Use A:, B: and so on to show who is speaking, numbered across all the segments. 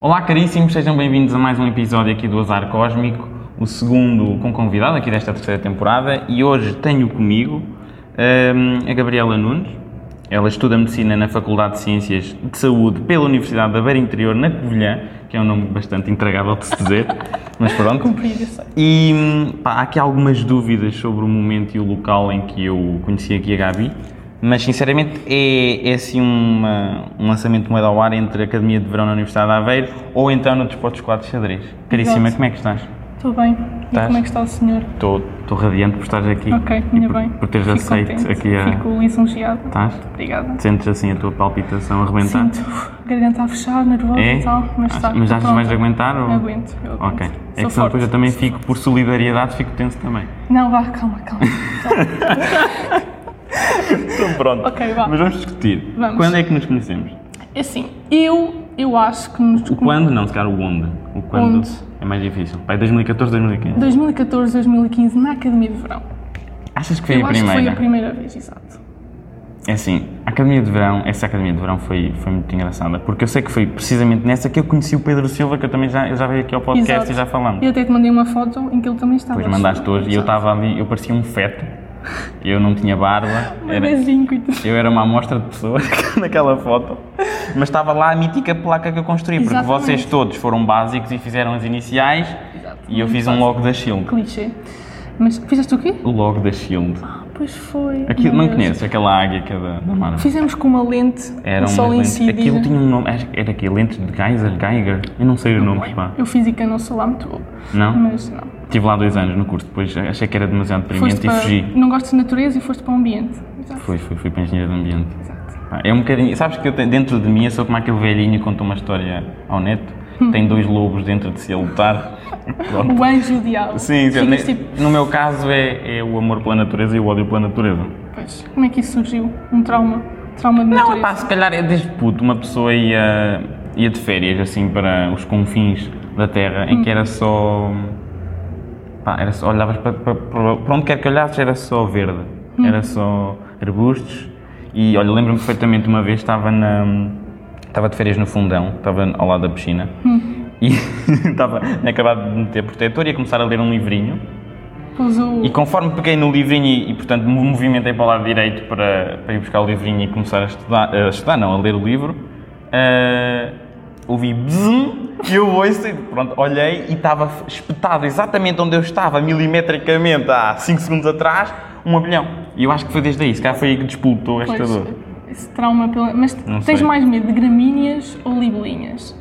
A: Olá, caríssimos, sejam bem-vindos a mais um episódio aqui do Azar Cósmico, o segundo com convidado aqui desta terceira temporada, e hoje tenho comigo hum, a Gabriela Nunes. Ela estuda Medicina na Faculdade de Ciências de Saúde pela Universidade da Beira Interior, na Covilhã, que é um nome bastante intragável de se dizer, mas pronto. E hum, pá, há aqui algumas dúvidas sobre o momento e o local em que eu conheci aqui a Gabi, mas sinceramente é, é assim uma, um lançamento de moeda ao ar entre a Academia de Verão na Universidade de Aveiro ou então no Desporto dos Quatro Xadrez. Caríssima,
B: Exato.
A: como é que estás?
B: Estou bem.
A: Estás?
B: E como é que está o senhor?
A: Estou estou radiante por estares aqui
B: Ok,
A: e
B: ainda
A: por,
B: bem.
A: por teres
B: Fico
A: aceito
B: contente.
A: aqui a...
B: Fico ensungiada.
A: Estás?
B: Obrigada.
A: Sentes assim a tua palpitação arrebentar?
B: Sinto a garganta a fechar, nervosa
A: É?
B: e tal, mas está.
A: mas achas que vais aguentar? Ou...
B: Aguento, eu aguento.
A: Ok.
B: Sou
A: É que senão
B: forte.
A: depois eu também fico, por solidariedade, fico tenso também.
B: Não, vá, calma, calma.
A: Então pronto.
B: Ok, vá.
A: Mas vamos discutir.
B: Vamos.
A: Quando é que nos conhecemos?
B: É assim, eu, eu acho que nos...
A: O quando não, se calhar o onde. O quando
B: Onde?
A: é mais difícil. Pai, 2014, 2015.
B: 2014, 2015, na Academia de Verão.
A: Achas que foi
B: eu
A: a
B: acho que
A: primeira?
B: foi a primeira vez, exato.
A: É assim, a Academia de Verão, essa Academia de Verão foi, foi muito engraçada, porque eu sei que foi precisamente nessa que eu conheci o Pedro Silva, que eu também já, eu já veio aqui ao podcast
B: Exato.
A: e já falamos.
B: Eu até te mandei uma foto em que ele também estava.
A: Depois mandaste hoje e eu estava ali, eu parecia um feto, eu não tinha barba,
B: Era... Bebezinho, coitado.
A: Eu era uma amostra de pessoas naquela foto, mas estava lá a mítica placa que eu construí, porque
B: Exatamente.
A: vocês todos foram básicos e fizeram as iniciais e eu fiz um logo da Shield.
B: Clichê. Mas fizeste o quê?
A: O logo da Shield.
B: Pois foi.
A: Aquilo,
B: meu
A: não
B: Deus.
A: conheço, aquela águia que é da, da Marvel.
B: Fizemos com uma lente,
A: Era
B: o sol
A: umas lentes-
B: incidia.
A: Aquilo tinha um nome, acho que era aqui, lentes de Geyser, Geiger, eu não sei os nomes, pá.
B: Eu física não sou lá muito boa.
A: Não?
B: Mas não.
A: Estive lá dois anos no curso, depois achei que era demasiado deprimente e
B: para...
A: fugi.
B: Não gostas de natureza e foste para o ambiente. Exato.
A: Fui, fui, fui para engenheiro de ambiente.
B: Exato.
A: Pá, É um bocadinho. Sabes que eu tenho- dentro de mim eu sou como aquele velhinho que conta uma história ao neto.
B: Hum.
A: Tem dois lobos dentro de si a lutar. Pronto.
B: O anjo e o diabo.
A: Sim, sim.
B: Ficas
A: Ne-
B: tipo,
A: No meu caso é, é o amor pela natureza e o ódio pela natureza.
B: pois, como é que isso surgiu? Um trauma? Trauma de
A: Não,
B: natureza?
A: pá, se calhar é desde puto. Uma pessoa ia, ia de férias assim para os confins da terra em que era só. Pá, era só. Olhavas para, para, para- para onde quer que olhasses era só verde. Era só arbustos. E olha, lembro-me perfeitamente uma vez estava na. Estava de férias no fundão, estava ao lado da piscina e estava acabado de meter protetor e ia começar a ler um livrinho.
B: Pôs o...
A: E conforme peguei no livrinho e, e, portanto, me movimentei para o lado direito para, para ir buscar o livrinho e começar a estudar, a estudar não, a ler o livro, ah, ouvi bzum e eu ouço e pronto, olhei e estava espetado exatamente onde eu estava, milimetricamente, há 5 segundos atrás, um abelhão. E eu acho que foi desde aí, se calhar foi aí que despultou esta
B: pois,
A: dor.
B: Esse trauma pela... Mas
A: Não
B: tens
A: sei.
B: mais medo de gramíneas ou libelinhas?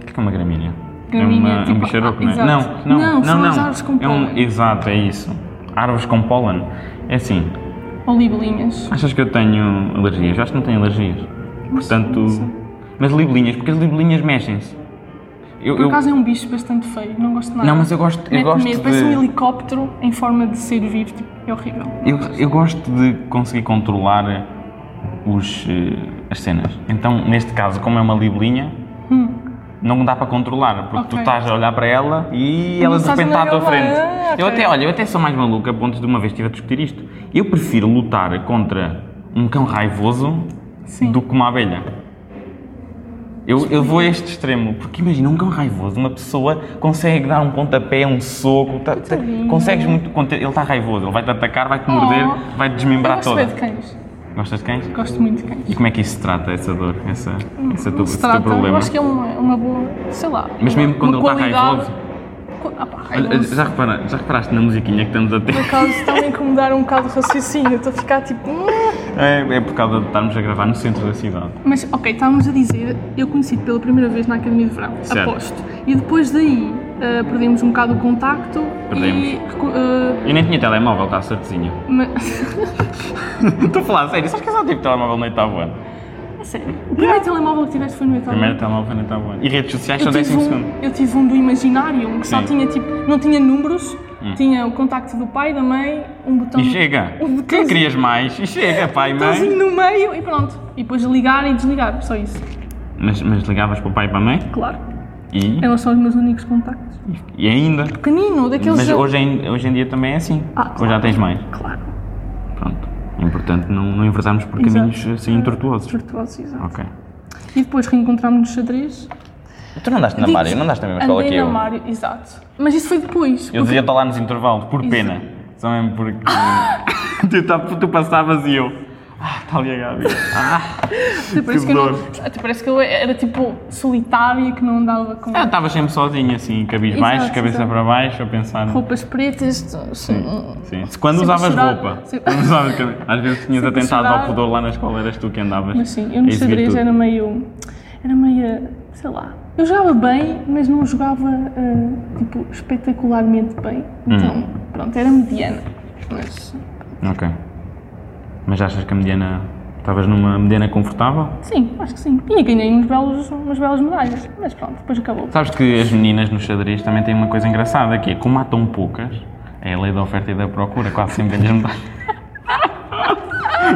A: O que é uma gramínea?
B: Gramínea,
A: é uma, é um
B: tipo,
A: bicharoco,
B: ah,
A: não é?
B: exato.
A: Não, não,
B: Não,
A: não.
B: são
A: não.
B: as árvores com
A: é um,
B: pólen.
A: Exato, é isso. Árvores com pólen. É assim,
B: Ou libelinhas?
A: Achas que eu tenho alergias? Eu acho que não tenho alergias. Portanto. Mas libelinhas, porque as libelinhas mexem-se. Eu,
B: Por
A: eu-
B: acaso é um bicho bastante feio, não gosto de nada.
A: Não, mas eu gosto- eu
B: Mete
A: gosto
B: medo,
A: de-
B: Parece um helicóptero em forma de ser vivo, tipo, é horrível.
A: eu, eu gosto de conseguir controlar eh, os, eh, as cenas. Então, neste caso, como é uma libelinha, não dá para controlar, porque tu
B: Hum. Ok.
A: estás a olhar para ela e
B: Não
A: ela de
B: estás a
A: repente está à
B: olhar
A: tua
B: para
A: frente.
B: ela, ah,
A: Eu
B: ok.
A: até, olha, eu até sou mais maluco a ponto de uma vez estive a discutir isto. Eu prefiro lutar contra um cão raivoso
B: Sim.
A: do que uma abelha. Eu, eu vou a este extremo, porque imagina um cão raivoso, uma pessoa consegue dar um pontapé, um soco, tá- tá-
B: Coitadinho.
A: consegues muito. conter- Ele está raivoso, ele vai te atacar, vai te
B: Oh.
A: morder, vai te desmembrar
B: eu gosto
A: toda.
B: bem de cães.
A: Gostas de cães?
B: Gosto muito de cães.
A: E como é que isso se trata, essa dor, essa, esse, teu,
B: se
A: esse
B: trata,
A: teu problema?
B: eu acho que é uma, uma boa, sei lá.
A: Mas
B: uma-
A: mesmo quando
B: uma
A: ele tá está
B: qualidade- Co- Ah, pá,
A: Olha, olha,
B: raivoso.
A: já, repara- já reparaste na musiquinha que estamos a ter?
B: Por acaso estão a incomodar um bocado o raciocínio, estou a ficar tipo. "Hum".
A: É, é por causa de estarmos a gravar no centro da cidade.
B: Mas ok, estávamos a dizer, eu conheci pela primeira vez na Academia de Verão,
A: Certo.
B: aposto. E depois daí ah, perdemos um bocado o contacto e.
A: Perdemos.
B: recu- ah,
A: Eu nem tinha telemóvel, está certezinho.
B: ma-
A: Estou a falar sério, sabes que eu só tive telemóvel no oitavo ano?
B: A sério, o primeiro telemóvel que tiveste foi no meu
A: Primeiro
B: telemóvel.
A: telemóvel no oitavo ano. E redes sociais só
B: Eu tive,
A: décimo assim, segundo.
B: um, eu tive um do Imaginário que só
A: Sim. Hum.
B: tinha tipo, não tinha números, tinha o contacto do pai, da mãe, um botão.
A: E chega.
B: Um
A: O que
B: botãozinho-
A: querias mais? E chega, pai, mãe.
B: botãozinho no meio e pronto. E depois ligar e desligar, só isso.
A: Mas, mas ligavas para o pai e para a mãe?
B: Claro.
A: E,
B: Elas são os meus únicos contactos. Um
A: e ainda.
B: Pequenino, daqueles.
A: Mas hoje em, hoje em dia também é assim.
B: Ah,
A: Ou já
B: claro.
A: tens mais.
B: Claro.
A: Pronto. É importante não, não enverdarmos por
B: Exato.
A: caminhos assim tortuosos.
B: Tortuosos, exato.
A: Ok.
B: E depois reencontramos no xadrez.
A: Tu não andaste na
B: Digo-te,
A: Mário, não andaste na mesma escola
B: andei
A: é que
B: na
A: eu.
B: Mário, exato. Mas isso foi depois.
A: Eu
B: porque-
A: dizia-te lá nos intervalos, por
B: Isso.
A: pena. Só mesmo porque. tu, tá- tu passavas e eu. Ah, está ali a Gabi. Ah,
B: Até parece
A: que
B: que, eu não-
A: dor.
B: até parece que eu era tipo solitária, que não andava com
A: Ah, estavas sempre sozinho, assim, cabisbaixo,
B: Exato,
A: cabeça
B: exato.
A: para baixo, a pensar.
B: roupas pretas.
A: Sim. Quando
B: Sempre
A: usavas
B: a chorar.
A: roupa.
B: Sempre-
A: Quando usavas cabe- Às vezes tinhas
B: Sempre a
A: atentado ao
B: chorar.
A: pudor lá na escola, eras tu que andavas.
B: Mas sim, assim? eu
A: a
B: no
A: exibir
B: xadrez
A: tudo.
B: era meio. Era meio. sei lá. Eu jogava bem, mas não jogava ah, tipo espetacularmente bem.
A: Hum.
B: Então, pronto, era mediana. Mas.
A: Ok. Mas achas que a mediana. Estavas numa mediana confortável?
B: Sim, acho que sim. E ganhei uns belos, umas belas medalhas. Mas pronto, depois acabou.
A: Sabes que as meninas no xadrez também têm uma coisa engraçada, que é como há tão poucas, é a lei da oferta e da procura, quase sempre eles medalhas.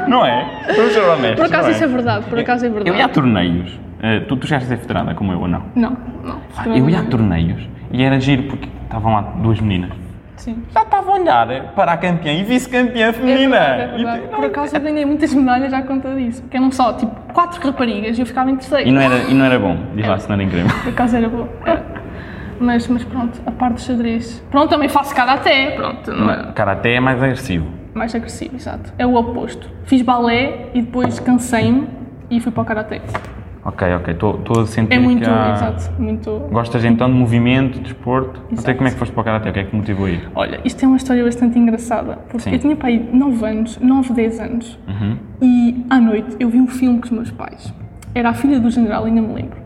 A: não é? Vamos ser honestos.
B: Por acaso
A: não
B: isso é verdade, por acaso é
A: Eu
B: verdade.
A: ia a torneios. eh, tu, tu chegaste a ser federada como eu ou não?
B: Não, não. é.
A: Eu ia a torneios e era giro porque estavam lá duas meninas.
B: Sim.
A: Já estava a olhar para a campeã e vice-campeã
B: É
A: feminina.
B: verdade, é verdade.
A: E, tu-
B: Por acaso eu ganhei muitas medalhas à conta disso. Que eram só, tipo, quatro raparigas e eu ficava em terceiro.
A: E não, era, e não era bom, diz
B: É.
A: lá se não era incrível.
B: Por acaso era boa. Era. Mas, mas pronto, a parte do xadrez. Pronto, também faço karaté. Pronto, não é?
A: Cara, até é mais agressivo.
B: Mais agressivo, exato. É o oposto. Fiz balé e depois cansei-me e fui para o karaté.
A: Ok, ok, estou a sentir
B: É muito,
A: que há...
B: exato, muito...
A: Gostas então de movimento, desporto? De Até
B: Exato.
A: como é que foste para o Karate? O que é que te motivou a ir?
B: Olha, isto é uma história bastante engraçada, porque
A: Sim. Uhum.
B: eu tinha pai 9 anos, 9, 10 anos, e à noite eu vi um filme com os meus pais. Era a filha do general, ainda me lembro.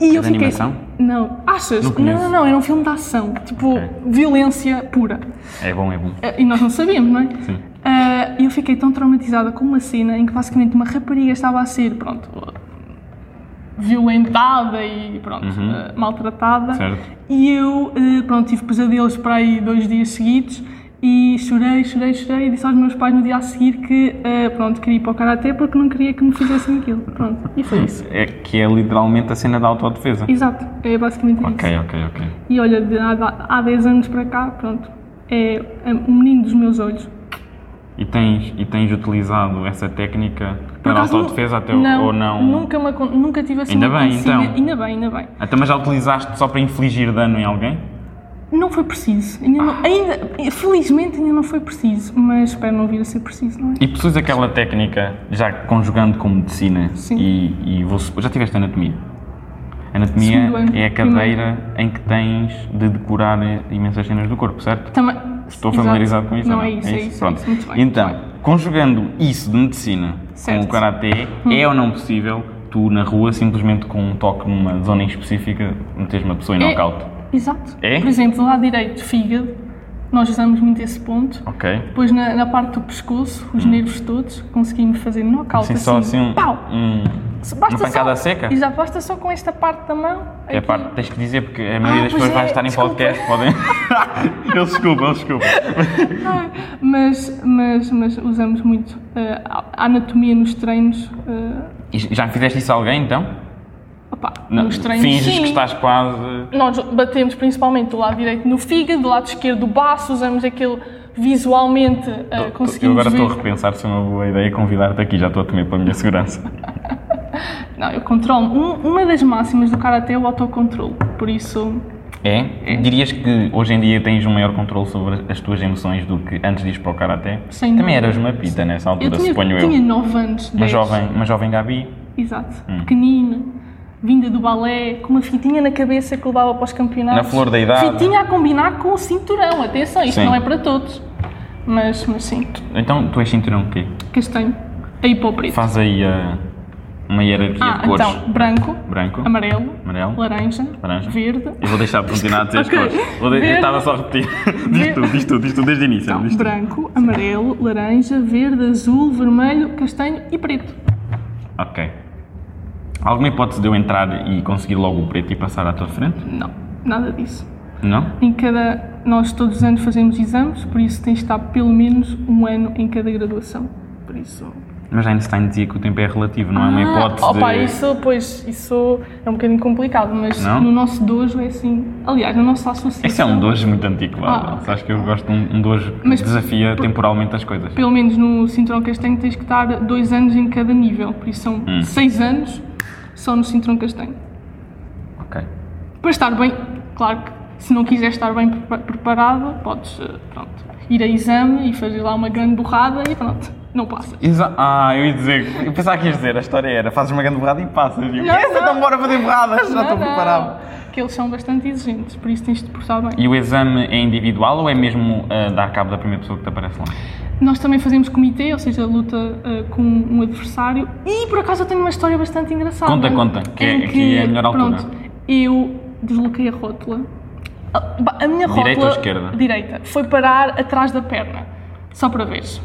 B: E eu
A: É de
B: fiquei. assim,
A: animação?
B: Não, achas?
A: Não
B: Não,
A: conheço.
B: não, não, era um filme de ação, tipo
A: Ok.
B: violência pura.
A: É bom, é bom.
B: Eh, E nós não sabíamos, não é?
A: Sim.
B: Eh, E eu fiquei tão traumatizada com uma cena em que basicamente uma rapariga estava a ser, pronto, violentada e pronto, eh, maltratada.
A: Uhum. Certo.
B: E eu, eh, pronto, tive pesadelos para aí dois dias seguidos e chorei, chorei, chorei e disse aos meus pais no dia a seguir que, eh, pronto, queria ir para o Karaté porque não queria que me fizessem aquilo. Pronto, e foi isso.
A: É que é literalmente a cena da autodefesa.
B: Exato, é basicamente isso.
A: Ok, ok, ok.
B: E olha, de há, há 10 anos para cá, pronto, é é o menino dos meus olhos.
A: E tens, e tens utilizado essa técnica
B: Por
A: para
B: acaso,
A: autodefesa até o-
B: não,
A: ou não?
B: Nunca, me, acon- nunca tive assim
A: Ainda
B: um
A: bem,
B: acontecimento-
A: então.
B: Ainda bem, ainda bem.
A: Até mas já utilizaste só para infligir dano em alguém?
B: Não foi preciso. Ainda
A: Ah.
B: não- ainda, felizmente ainda não foi preciso, mas espero não vir a ser preciso, não é?
A: E possuis aquela técnica, já conjugando com medicina
B: Sim.
A: e, e vou supor- já tiveste anatomia? Anatomia
B: Segundo ano,
A: é a
B: primeiro.
A: cadeira em que tens de decorar imensas cenas do corpo, certo?
B: Também,
A: Estou familiarizado com isso?
B: Não,
A: ou
B: é isso, é isso.
A: Pronto.
B: é isso, muito bem.
A: então, conjugando isso de medicina com
B: Certo. Hum.
A: o karatê, é ou não possível tu na rua simplesmente com um toque numa zona em específica meteres uma pessoa em
B: É.
A: knockout?
B: Exato.
A: É?
B: Por exemplo, do lado direito, fígado, nós usamos muito esse ponto.
A: Ok.
B: Depois na, na parte do pescoço, os nervos todos, conseguimos fazer knockout
A: Hum. Assim, só assim um,
B: Pau!
A: um-
B: Se-
A: uma pancada seca?
B: Exato, basta só com esta parte da mão.
A: É a
B: aqui.
A: parte, tens que dizer porque a maioria
B: Ah,
A: das
B: pois
A: pessoas vai
B: é,
A: estar em
B: desculpa.
A: podcast, podem. eles desculpam, eles desculpam.
B: Mas, mas, mas usamos muito eh, a a anatomia nos treinos. eh,
A: E Já fizeste isso a alguém então?
B: opá,
A: Não,
B: nos treinos.
A: Finges
B: Um sim.
A: que estás quase.
B: Nós batemos principalmente do lado direito no fígado, do lado esquerdo do baço, usamos aquele visualmente, eh,
A: Eu
B: conseguimos
A: agora estou a
B: ver.
A: repensar se é uma boa ideia convidar-te aqui, já estou a temer pela minha segurança.
B: Não, eu controlo. Um- uma das máximas do Karate é o autocontrole. Por isso,
A: É? Dirias que hoje em dia tens um maior controle sobre as tuas emoções do que antes de ir para o Karaté?
B: Sem
A: Também
B: dúvida.
A: eras uma pita nessa
B: eu
A: altura,
B: tinha,
A: suponho eu.
B: tinha 9 anos.
A: Uma
B: 10.
A: jovem, uma jovem Gabi.
B: Exato.
A: Hum.
B: Pequenina, vinda do balé, com uma fitinha na cabeça que levava para os campeonatos.
A: Na flor da idade.
B: Fitinha a combinar com o cinturão. Atenção, isto
A: Sim.
B: não é para todos. Mas, mas sim,
A: Então, tu és cinturão o quê?
B: castanho. Aí para o preto.
A: Faz aí ah, uma hierarquia
B: ah,
A: de cores.
B: então, branco,
A: Branco.
B: amarelo,
A: Amarelo.
B: laranja,
A: Laranja.
B: verde.
A: Eu vou deixar de continuar a dizer
B: Ok.
A: as cores. Vou de... Eu
B: Verde.
A: estava só a repetir. diz
B: Verde.
A: tu, diz tu, diz tu desde o início.
B: Então,
A: diz tu.
B: branco, amarelo, laranja, verde, azul, vermelho, castanho e preto.
A: Ok. Alguma hipótese de eu entrar e conseguir logo o preto e passar à tua frente?
B: Não, nada disso.
A: Não?
B: Em cada. Nós todos os anos fazemos exames, por isso tens de estar pelo menos um ano em cada graduação. Por isso.
A: Mas Einstein dizia que o tempo é relativo, não é uma
B: Ah,
A: hipótese
B: opa,
A: de...
B: isso, pois, isso é um bocadinho complicado, mas
A: Não?
B: no nosso dojo é assim. Aliás, na nossa associação.
A: Esse é um dojo muito antiquado.
B: Ah, ok.
A: Sabes que eu gosto de um, um dojo que
B: Mas-
A: desafia temporalmente as coisas.
B: Pelo menos no cinturão castanho tens que estar dois anos em cada nível, por isso são
A: Hum.
B: seis anos só no cinturão castanho.
A: Ok.
B: Para estar bem, claro que se não quiseres estar bem prepa- preparado, podes eh, pronto, ir a exame e fazer lá uma grande borrada e pronto, não passa.
A: Exa- ah, eu ia dizer, eu pensava que ias dizer, a história era, fazes uma grande borrada e passas. E eu,
B: Não,
A: "Essa,
B: não.
A: então bora fazer borradas, já
B: Não,
A: estou
B: não,
A: preparado.
B: Que eles são bastante exigentes, por isso tens de te portar bem.
A: E o exame é individual ou é mesmo ah, dar cabo da primeira pessoa que te aparece lá?
B: Nós também fazemos comitê, ou seja, luta eh, com um adversário. E por acaso eu tenho uma história bastante engraçada.
A: Conta, conta, que é-
B: Em
A: aqui é a melhor altura.
B: Pronto, eu desloquei a rótula. Ah, ba- A minha rótula.
A: Direita ou esquerda?
B: Direita. Foi parar atrás da perna. Só para veres.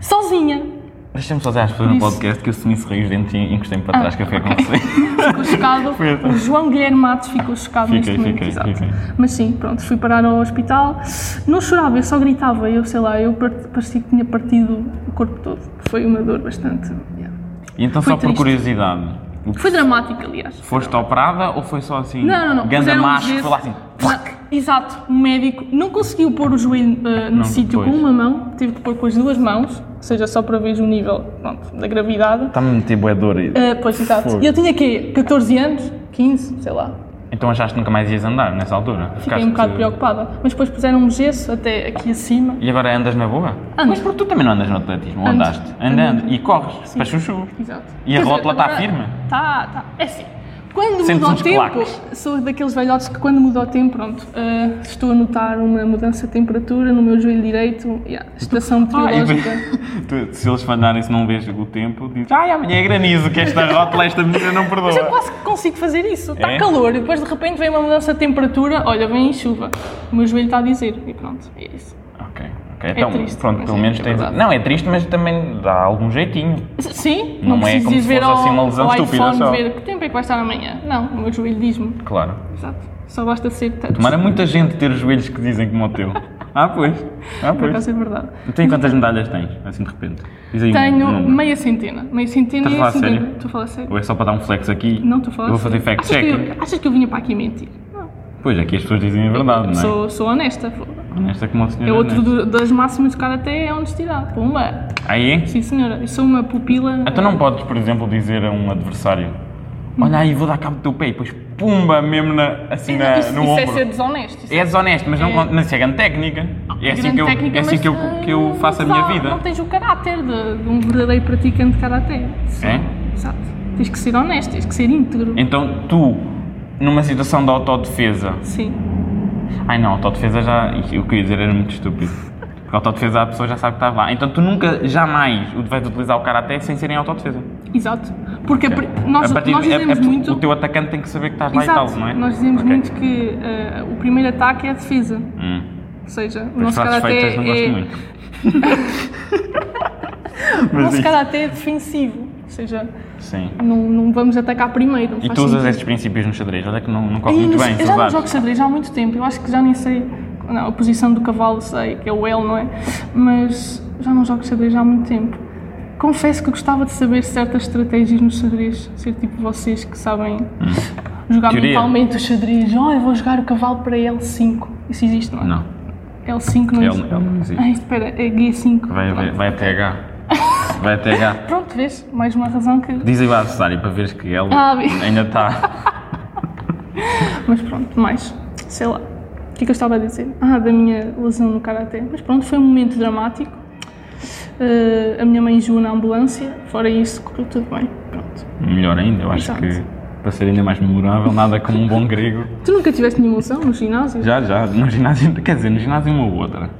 B: Sozinha.
A: Deixa-me só dizer às pessoas no
B: Disse-
A: podcast que eu sumi rei os dentes e encostei-me para
B: Ah,
A: trás, que foi com você.
B: Ficou chocado.
A: Foi então.
B: o João Guilherme Matos ficou chocado
A: Fiquei,
B: neste momento.
A: fiquei,
B: exato.
A: fiquei.
B: Mas sim, pronto, fui parar ao hospital. Não chorava, eu só gritava. Eu sei lá, eu part- parecia que tinha partido o corpo todo. Foi uma dor bastante. yeah.
A: E então,
B: Foi
A: só por
B: triste.
A: curiosidade, o que
B: Foi dramático, aliás.
A: foste operada ou foi só assim?
B: Não, não, não.
A: Ganda
B: puseram
A: macho,
B: gesso.
A: foi lá assim.
B: Não, Exato, um médico não conseguiu pôr o joelho eh, no
A: Não,
B: sítio com
A: pois.
B: uma mão, teve que pôr com as duas mãos, ou seja, só para ver o nível pronto, da gravidade.
A: Está-me a meter bué dor aí.
B: Eh, pois, exato.
A: Fogo.
B: E eu tinha quê? 14 anos? 15? Sei lá.
A: Então achaste que nunca mais ias andar nessa altura? ah,
B: Fiquei um bocado preocupada. Mas depois puseram um gesso até aqui acima.
A: E agora andas na boa?
B: Ando.
A: Mas porque tu também não andas no atletismo, ou
B: Ando.
A: andaste? Andando. E corres,
B: Sim.
A: para chuchu.
B: Exato.
A: E a rótula tá firme? um
B: Está, está. É assim. Quando
A: Sentes
B: muda o
A: uns
B: tempo,
A: claques.
B: sou daqueles velhotes que quando muda o tempo, pronto, eh, estou a notar uma mudança de temperatura no meu joelho direito, yeah, estação
A: Ah, e-
B: meteorológica.
A: tu- se eles falharem, se não vês o tempo, dizes, ai, amanhã é granizo, que esta rótula, esta menina não
B: Mas eu
A: perdoa.
B: quase que consigo fazer isso. Está
A: É?
B: calor e depois de repente vem uma mudança de temperatura, olha, vem chuva. O meu joelho está a dizer e pronto, é isso.
A: Ok, ok. Então,
B: triste,
A: pronto,
B: mas
A: pelo
B: é-
A: menos
B: é
A: tens.
B: verdade.
A: não, é triste, mas também dá algum jeitinho.
B: S- Sim,
A: Não
B: não,
A: é
B: preciso
A: como
B: ir
A: se
B: ver
A: fosse
B: ao,
A: assim uma lesão
B: ao
A: estúpida
B: iPhone
A: só.
B: ver que tempo é que vai estar amanhã. Não, o meu joelho diz-me.
A: Claro.
B: Exato. Só basta ser touch.
A: Tomara muita gente ter os joelhos que dizem como o teu. ah, pois. Ah,
B: Por
A: pois.
B: acaso é verdade.
A: Tem quantas medalhas tens, assim de repente? Diz aí um
B: Tenho
A: número.
B: meia centena. Meia centena
A: Estás a
B: e
A: falar a
B: cinquenta.
A: sério?
B: Estou a falar a sério.
A: Ou é só para dar um flex aqui?
B: Não estou a falar
A: Eu
B: a
A: Vou fazer
B: sério. achas, que
A: fact-checking.
B: eu, achas que eu vinha para aqui mentir? Não.
A: Pois, aqui as pessoas dizem a verdade, não é?
B: sou, sou honesta. pô.
A: Honesta como a senhora.
B: É outro
A: não
B: do- das máximas do até é a honestidade. Pumba.
A: Aí é?
B: Sim, senhora. Eu sou uma pupila.
A: Então não podes, por exemplo, dizer a um adversário: Olha aí, vou dar cabo do teu pé e depois pumba mesmo na, assim na,
B: isso,
A: no
B: isso
A: ombro.
B: é ser desonesto. Isso
A: É desonesto, mas não,
B: É. Ah,
A: con- não chega técnica. É assim
B: grande
A: que eu,
B: técnica,
A: é assim
B: mas,
A: que eu,
B: ah,
A: que eu
B: não
A: faço a
B: dá,
A: minha
B: Não
A: vida.
B: tens o caráter de, de um verdadeiro praticante de karaté.
A: É?
B: Exato. Tens que ser honesto, tens que ser íntegro.
A: Então tu, numa situação de autodefesa.
B: Sim.
A: Ai não, autodefesa já. O que eu ia dizer era muito estúpido. Porque autodefesa a pessoa já sabe que estás lá. Então tu nunca, jamais, o vais utilizar o karaté sem ser em autodefesa.
B: Exato. Porque a pri- nós,
A: A partir-
B: nós
A: é- é-
B: dizemos muito.
A: O teu atacante tem que saber que estás lá
B: Exato.
A: e tal, não é?
B: Nós dizemos
A: Ok.
B: muito que eh, o primeiro ataque é a defesa.
A: Hum.
B: Ou seja, o
A: As
B: nosso
A: frases
B: karaté
A: feitas não gosto
B: é,
A: muito.
B: o
A: Mas
B: nosso
A: isso-
B: karaté é defensivo. Ou seja,
A: Sim.
B: não, não vamos atacar primeiro. não
A: E
B: faz
A: tu usas
B: sentido.
A: estes princípios no xadrez, olha que não, não
B: Ih,
A: corre muito
B: mas
A: bem, então
B: Eu já não
A: saudades.
B: jogo xadrez há muito tempo. Eu acho que já nem sei. Não, a posição do cavalo sei, que é o L, não é? Mas já não jogo xadrez há muito tempo. Confesso que gostava de saber certas estratégias no xadrez. Ser tipo vocês que sabem jogar
A: Hum. Teoria.
B: mentalmente o xadrez. Oh, eu vou jogar o cavalo para L5. Isso existe, não é?
A: Não, um,
B: L5 não
A: L-
B: existe.
A: L não existe.
B: Ai, espera, é G5.
A: É vai, vai, vai até H. Vai até H.
B: Pronto, vês? Mais uma razão que.
A: Diz aí o adversário para veres que ele
B: Ah, vi.
A: ainda tá está.
B: Mas pronto, mais. Sei lá. O que é que eu estava a dizer? Ah, da minha lesão no karaté. Mas pronto, foi um momento dramático. Eh, a minha mãe enjoou na ambulância. Fora isso, correu tudo bem. Pronto.
A: Melhor ainda, eu acho
B: Exato.
A: que para ser ainda mais memorável, nada como um bom grego.
B: Tu nunca tiveste nenhuma lesão no ginásio?
A: Já, já, no ginásio, quer dizer, no ginásio uma ou outra.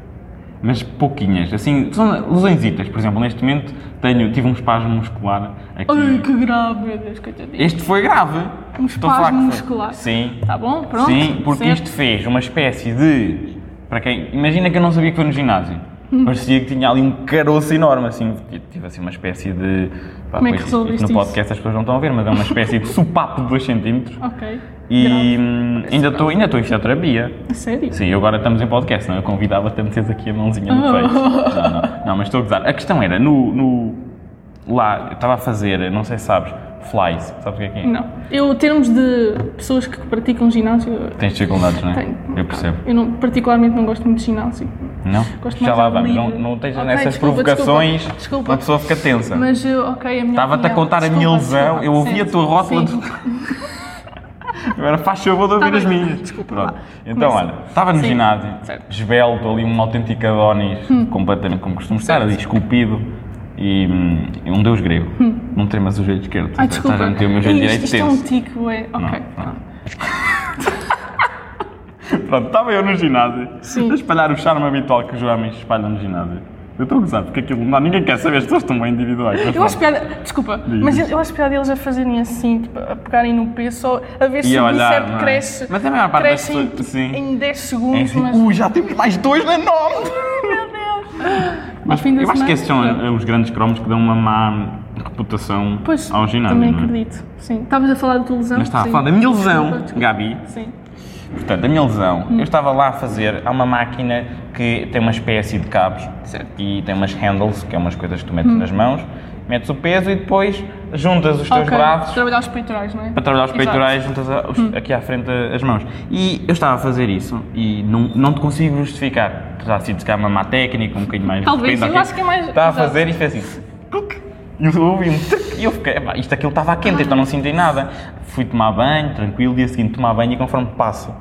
A: Mas pouquinhas, assim, são lesõesitas. Por exemplo, neste momento tenho, tive um espasmo muscular aqui.
B: Ai, que grave, meu Deus, coitadinho.
A: Este foi grave.
B: Um
A: Estou a falar
B: espasmo
A: que foi.
B: muscular.
A: Sim.
B: Tá bom? Pronto.
A: Sim, porque
B: certo.
A: isto fez uma espécie de. Para quem. Imagina que eu não sabia que foi no ginásio.
B: Hum.
A: Parecia que tinha ali um caroço enorme, assim. Tive assim uma espécie de. pá,
B: Como é que
A: pois isto-
B: resolveste
A: isto No
B: isso?
A: podcast as pessoas não estão a ver, mas é uma espécie de sopapo de 2 centímetros.
B: Ok.
A: E
B: Grave.
A: hum, ainda estou ainda estou em fisioterapia.
B: A Sério?
A: Sim, agora estamos em podcast, não? é? Eu convidava-te a meteres aqui a mãozinha no
B: Oh.
A: peito. Não, não, não, mas estou a gozar. A questão era, no, no, lá, eu estava a fazer, não sei se sabes, flies. Sabes o que é que é?
B: Não. Eu, em termos de pessoas que praticam ginásio,
A: Tens dificuldades, não é?
B: Tenho.
A: Eu percebo.
B: eu não, particularmente não gosto muito de ginásio.
A: Não?
B: Gosto
A: Já
B: mais
A: lá
B: de
A: vamos. Não,
B: livre.
A: não estejas
B: Ok,
A: nessas
B: desculpa,
A: provocações,
B: desculpa, desculpa.
A: uma pessoa fica tensa.
B: Mas, eh, ok, a minha
A: Estava-te a
B: opinião.
A: contar a minha
B: Desculpa,
A: ilusão,
B: desculpa.
A: eu ouvi a
B: Sim,
A: tua rótula
B: sim.
A: Agora faz favor de ouvir
B: Tá
A: as
B: bem,
A: minhas.
B: desculpa
A: Pronto.
B: lá.
A: Então,
B: Começa.
A: olha, estava no
B: Sim,
A: ginásio,
B: certo. Hum.
A: esbelto, ali um autêntico Adonis, completamente como costumo estar, ali esculpido e hum, um deus grego. Não tremas o joelho esquerdo.
B: Hum. Ai,
A: estás a
B: Ah, desculpa.
A: meter o meu joelho
B: Isto-
A: direito
B: Isto é um
A: tenso.
B: tico, é.
A: Não,
B: Ok.
A: não. Pronto, estava eu no ginásio
B: Sim.
A: a espalhar o charme habitual que os homens espalham no ginásio. Eu estou a gozar, porque aquilo não, ninguém quer saber, as pessoas estão bem individuais. mas
B: Eu acho
A: pronto.
B: piada, desculpa,
A: Diz.
B: mas eu, eu acho piada eles a fazerem assim, tipo, a pegarem no peso, só a ver se
A: a
B: o
A: olhar,
B: bíceps
A: não é?
B: cresce.
A: Mas a maior parte das
B: cresce em-
A: pessoas- sim.
B: Em 10
A: É
B: segundos,
A: assim,
B: mas.
A: "Ui, já temos mais dois na nome!
B: Meu Deus!
A: Mas
B: Ao fim da
A: eu acho que esses são
B: semana-
A: eh, os grandes cromos que dão uma má reputação
B: Pois,
A: ao ginásio.
B: também
A: não é?
B: acredito. Sim. Estavas a falar da tua lesão?
A: Mas estava a
B: Sim.
A: falar da minha lesão,
B: Desculpa, desculpa.
A: Gabi.
B: Sim.
A: Portanto, a minha lesão, eu estava lá a fazer, há uma máquina que tem uma espécie de cabos
B: Certo.
A: e tem umas handles, que é umas coisas que tu metes nas mãos, metes o peso e depois juntas os teus
B: Ok,
A: braços
B: Trabalhar os peitorais, não é?
A: para trabalhar os
B: Exato. Hum.
A: peitorais, juntas a- os- aqui à frente a- as mãos. E eu estava a fazer isso e não, não te consigo justificar. Terá sido se calhar uma má técnica, um bocadinho mais.
B: Talvez,
A: repente, ok?
B: eu acho que é mais-
A: Estava a
B: exato.
A: fazer e fez assim. cluc, E eu ouvi um truc, e eu fiquei, "Epá, isto aquilo estava
B: Ah.
A: quente, então não senti nada. Fui tomar banho, tranquilo, dia seguinte tomar banho e conforme passo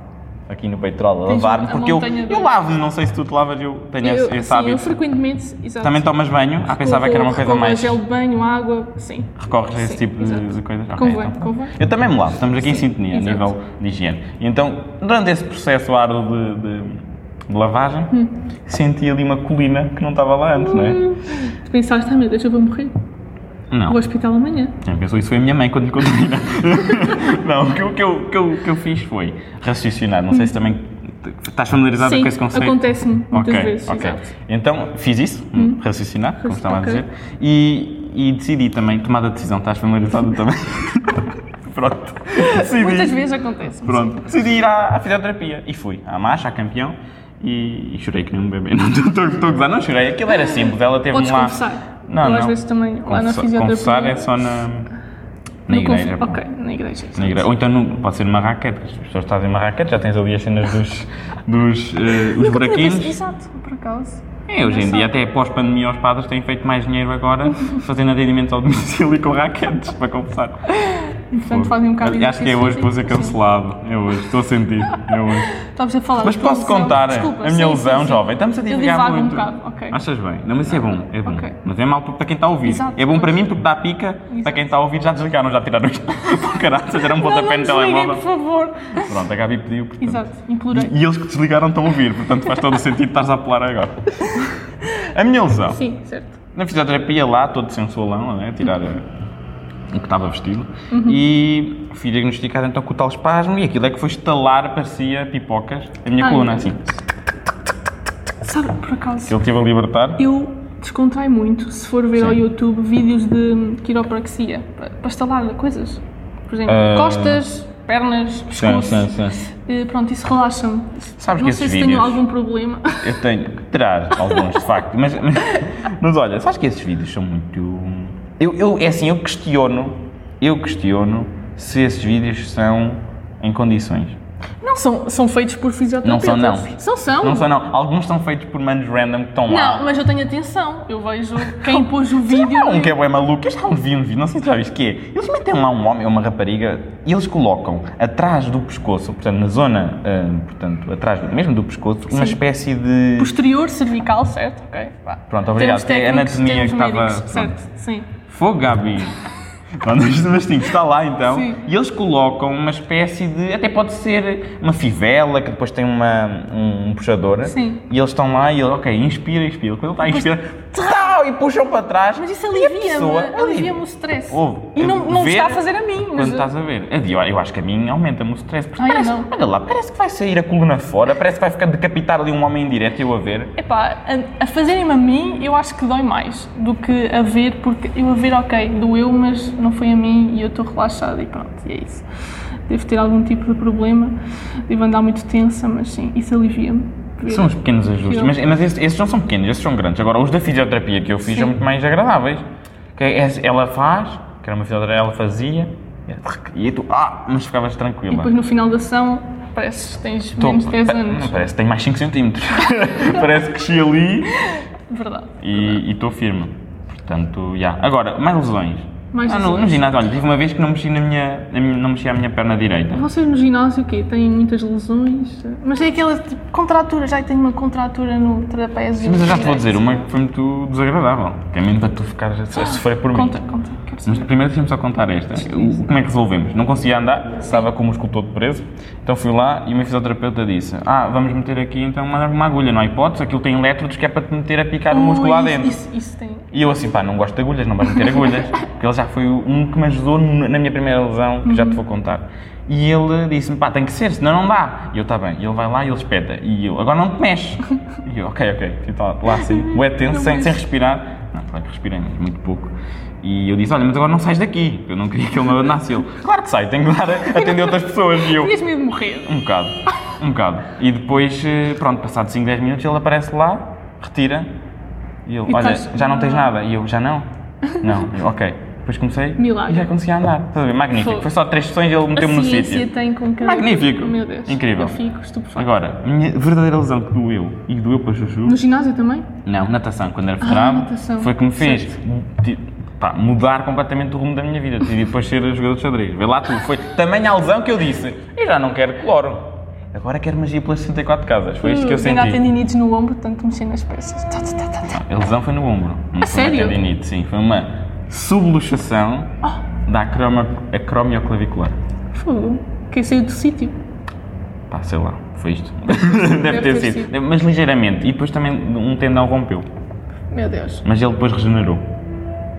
A: aqui no peitoral a
B: Tens
A: lavar-me,
B: a
A: porque eu,
B: montanha de-
A: eu lavo-me, não sei se tu te lavas, eu tenho
B: Eu,
A: esse, esse
B: sim, eu
A: hábito.
B: frequentemente. Exato.
A: Também tomas banho, ah, pensava que era uma coisa
B: Recorro a
A: mais.
B: gel de banho, água, sim.
A: Recorres a esse
B: Sim,
A: tipo
B: exato.
A: de, de coisas? Ok,
B: Convém,
A: então.
B: convém.
A: Eu também me lavo, estamos aqui em
B: Sim,
A: sintonia, a
B: exato.
A: nível de higiene. E então, durante esse processo árduo de, de- de lavagem,
B: Hum.
A: senti ali uma colina que não estava lá antes, não é?
B: Tu pensaste, ah meu Deus, eu vou morrer.
A: Não.
B: Vou ao hospital amanhã.
A: Quem pensou isso foi a minha mãe quando lhe contei. não, o que, eu- o que eu, o que eu- o que eu fiz foi raciocinar. Não sei se também te- estás familiarizado
B: Sim,
A: com esse conceito.
B: acontece-me muitas
A: Ok,
B: vezes,
A: ok.
B: exato. Hum.
A: Então fiz isso, raciocinar, como
B: Raci-
A: estava a
B: ok.
A: dizer, e, e decidi também, tomada a decisão, estás familiarizado também? Pronto. Decidi.
B: Muitas vezes acontece.
A: Pronto, decidi ir à, à fisioterapia. E fui, à marcha, à campeão. E, e chorei que nem um bebê. Não estou a gozar, não chorei. Aquilo era simples, ela teve-me
B: Podes
A: lá.
B: confessar.
A: Não,
B: Eu
A: não.
B: às vezes também, lá na
A: Confessa-
B: fisioterapia-
A: Confessar é só na, na
B: No conf-
A: igreja. pá.
B: Ok, na igreja. exato.
A: Na igreja. Ou então no- pode ser numa raquete, que as pessoas fazem uma raquete, já tens ali as cenas dos, dos eh, os
B: Nunca tinha pensado-
A: buraquinhos.
B: Exato, por acaso.
A: É, hoje em
B: Engraçado.
A: dia, até pós-pandemia, os padres têm feito mais dinheiro agora fazendo atendimentos ao domicílio com raquetes, para confessar.
B: Portanto, fazem um bocado de
A: Acho que é hoje que vou ser
B: exercício,
A: cancelado. É hoje, estou a sentir. É hoje.
B: sim. Estavas a falar
A: Mas
B: da tua
A: posso
B: lesão.
A: contar
B: Desculpa,
A: a minha
B: sim,
A: lesão,
B: sim, sim.
A: jovem? Estamos a
B: Eu
A: divagar
B: divago
A: muito.
B: um bocado, ok.
A: Achas bem? Não, mas isso é bom, é bom.
B: Ok.
A: Mas é mal para quem está a ouvir.
B: Exato,
A: é bom para
B: pois.
A: mim porque dá pica, para
B: Exato.
A: quem está a ouvir já desligaram, já tiraram isto. Caralho, já deram um
B: Não, não
A: pontapé no
B: desliguem,
A: telemóvel.
B: por favor.
A: Pronto, a Gabi pediu, portanto.
B: Exato, implorei.
A: E, e eles que desligaram estão a ouvir, portanto faz todo o sentido estás a apelar agora. A minha lesão.
B: Sim, certo.
A: Na fisioterapia lá, todo sensualão, né? tirar eh, o que estava vestido.
B: Uhum.
A: E fui diagnosticado então com o tal espasmo e aquilo é que foi estalar, parecia pipocas, a minha
B: Ai,
A: coluna,
B: meu
A: assim.
B: Sabe, por acaso,
A: Que ele teve a libertar.
B: eu descontrai muito se for ver ao
A: Sim.
B: YouTube vídeos de quiropraxia, pa- para estalar coisas. Por exemplo,
A: Ah.
B: costas, pernas,
A: Sim,
B: pescoço.
A: sim, sim.
B: Eh, Pronto, isso relaxa-me.
A: Sabes
B: Não
A: que
B: sei
A: esses
B: se
A: vídeos.
B: tenho algum problema.
A: Eu tenho. Terás alguns, de facto. Mas, mas, mas olha, sabes que esses vídeos são muito. Eu, eu, é assim, eu questiono. Eu questiono se esses vídeos são em condições.
B: Não, são, são feitos por
A: Não
B: fisioterapeutas.
A: são, não.
B: São, são.
A: Não são, não. Alguns são feitos por manos random que estão lá.
B: Não, mas eu tenho atenção. Eu vejo quem pôs o vídeo.
A: Há um que é bem maluco, eu já vi um vídeo, não sei se já viste, que é, eles metem lá um homem ou uma rapariga e eles colocam atrás do pescoço, portanto, na zona, ah, portanto, atrás do- mesmo do pescoço, uma espécie de...
B: Posterior, cervical, certo? Ok, vá.
A: Pronto, obrigado.
B: Termos
A: É a
B: técnicos,
A: anatomia
B: termos
A: que estava-
B: médicos,
A: pronto.
B: Certo, sim.
A: Fogo, Gabi! Pronto, mas- mas sim, está lá então.
B: Sim.
A: E eles colocam uma espécie de. Até pode ser uma fivela que depois tem uma, um, um puxador.
B: Sim.
A: E eles estão lá e ele, ok, inspira, inspira. Quando ele está a inspirar, tal, e puxam para trás.
B: Mas isso
A: E a
B: alivia-me,
A: pessoa-
B: alivia-me o stress.
A: Ouve,
B: e não, não
A: ver-
B: está a fazer a mim,
A: Quando
B: mas...
A: estás a ver. Eu, eu acho que a mim aumenta-me o stress. Porque
B: Ai, eu
A: parece,
B: não.
A: olha lá, parece que vai sair a coluna fora, parece que vai ficar decapitar ali um homem em direto eu a ver.
B: Epá, a, a fazerem-me a mim, eu acho que dói mais do que a ver, porque eu a ver, ok, doeu, mas não foi a mim e eu estou relaxada e pronto, e é isso. Devo ter algum tipo de problema, devo andar muito tensa, mas sim, isso alivia-me. Ver.
A: São os pequenos ajustes,
B: Eu-
A: mas, mas esses, esses não são pequenos, esses são grandes. Agora, os da fisioterapia que eu fiz
B: Sim.
A: são muito mais agradáveis. que é- ela faz, que era uma fisioterapia, ela fazia, e tu, ah, mas ficavas tranquila.
B: E depois no final da ação, pareces que tens
A: Tô-
B: menos de 10
A: pa-
B: anos.
A: Não, parece que tenho mais 5 centímetros. parece que cresci ali
B: Verdade.
A: e e estou firme. Portanto, já. Agora, mais lesões.
B: Mais
A: ah, No,
B: lesões.
A: no ginásio, olha, tive uma vez que não mexi, na minha, na minha- não mexi à minha perna direita.
B: Vocês no ginásio o quê? Têm muitas lesões? Mas é aquela tipo, contratura, já tenho uma contratura no trapézio.
A: Sim, mas eu já te vou
B: direito.
A: dizer uma que foi muito desagradável. Que é mesmo para tu ficares a a sofrer por
B: Conta,
A: mim.
B: conta, quero
A: Mas
B: saber.
A: primeiro deixa-me só contar esta. O- como é que resolvemos? Não conseguia andar, estava com o músculo todo preso. Então fui lá e o meu fisioterapeuta disse: Ah, vamos meter aqui então uma, uma agulha, não há hipótese, aquilo tem elétrodos que é para te meter a picar o músculo lá
B: Ui,
A: dentro.
B: Isso, isso, isso tem.
A: E eu assim, pá, não gosto de agulhas, não vais meter agulhas. Porque ele já foi um que me ajudou n- na minha primeira lesão, que já te vou contar. E ele disse-me, pá, tem que ser, senão não dá. E eu, tá bem. E ele vai lá e ele espeta. E eu, agora não te mexe. E eu, ok, ok. E tá lá assim, ué, tenso,
B: Não
A: sem,
B: mexe.
A: sem respirar. Não, claro que respirei, mas muito pouco. E eu disse, olha, mas agora não sais daqui. Eu não queria que ele me abandonasse. E Ele, claro que sai, tenho que dar a atender outras pessoas. E eu,
B: Tinhas medo de morrer.
A: um bocado. Um bocado. E depois, eh, pronto, passado 5, 10 minutos, ele aparece lá, retira. E ele,
B: E
A: olha,
B: estás-
A: já não tens nada. E eu, já não? Não. Eu, ok. Depois comecei
B: Milagre.
A: e já comecei a andar. Estás a ver? Magnífico.
B: Fogo.
A: Foi só 3 sessões e ele
B: A
A: meteu-me no
B: ciência
A: sítio.
B: tem com cada...
A: Magnífico.
B: Meu Deus.
A: Incrível.
B: Eu fico estupefacto.
A: Agora, a minha verdadeira lesão que doeu e que doeu para Chuchu.
B: No ginásio também?
A: Não, natação, quando era veterano,
B: natação.
A: foi que me fez ti- pá, mudar completamente o rumo da minha vida. Decidi depois ser jogador de xadrez. Vê lá tu, foi também a lesão que eu disse. Eu já não quero cloro. Agora quero magia pelas 64 casas. Foi isto que eu
B: Hum, Ainda há
A: senti.
B: tendinites no ombro, tanto mexer nas peças. Tá, tá, tá, tá, tá.
A: A lesão foi no ombro. Não foi na
B: A sério?
A: tendinite, sim. Foi uma subluxação da acroma, acromioclavicular.
B: tá. Fogo. Quem saiu do sítio?
A: Pá, sei lá. Foi isto.
B: Deve
A: Deve ter
B: ter
A: sido. Mas ligeiramente. E depois também um tendão rompeu.
B: Meu Deus.
A: Mas ele depois regenerou.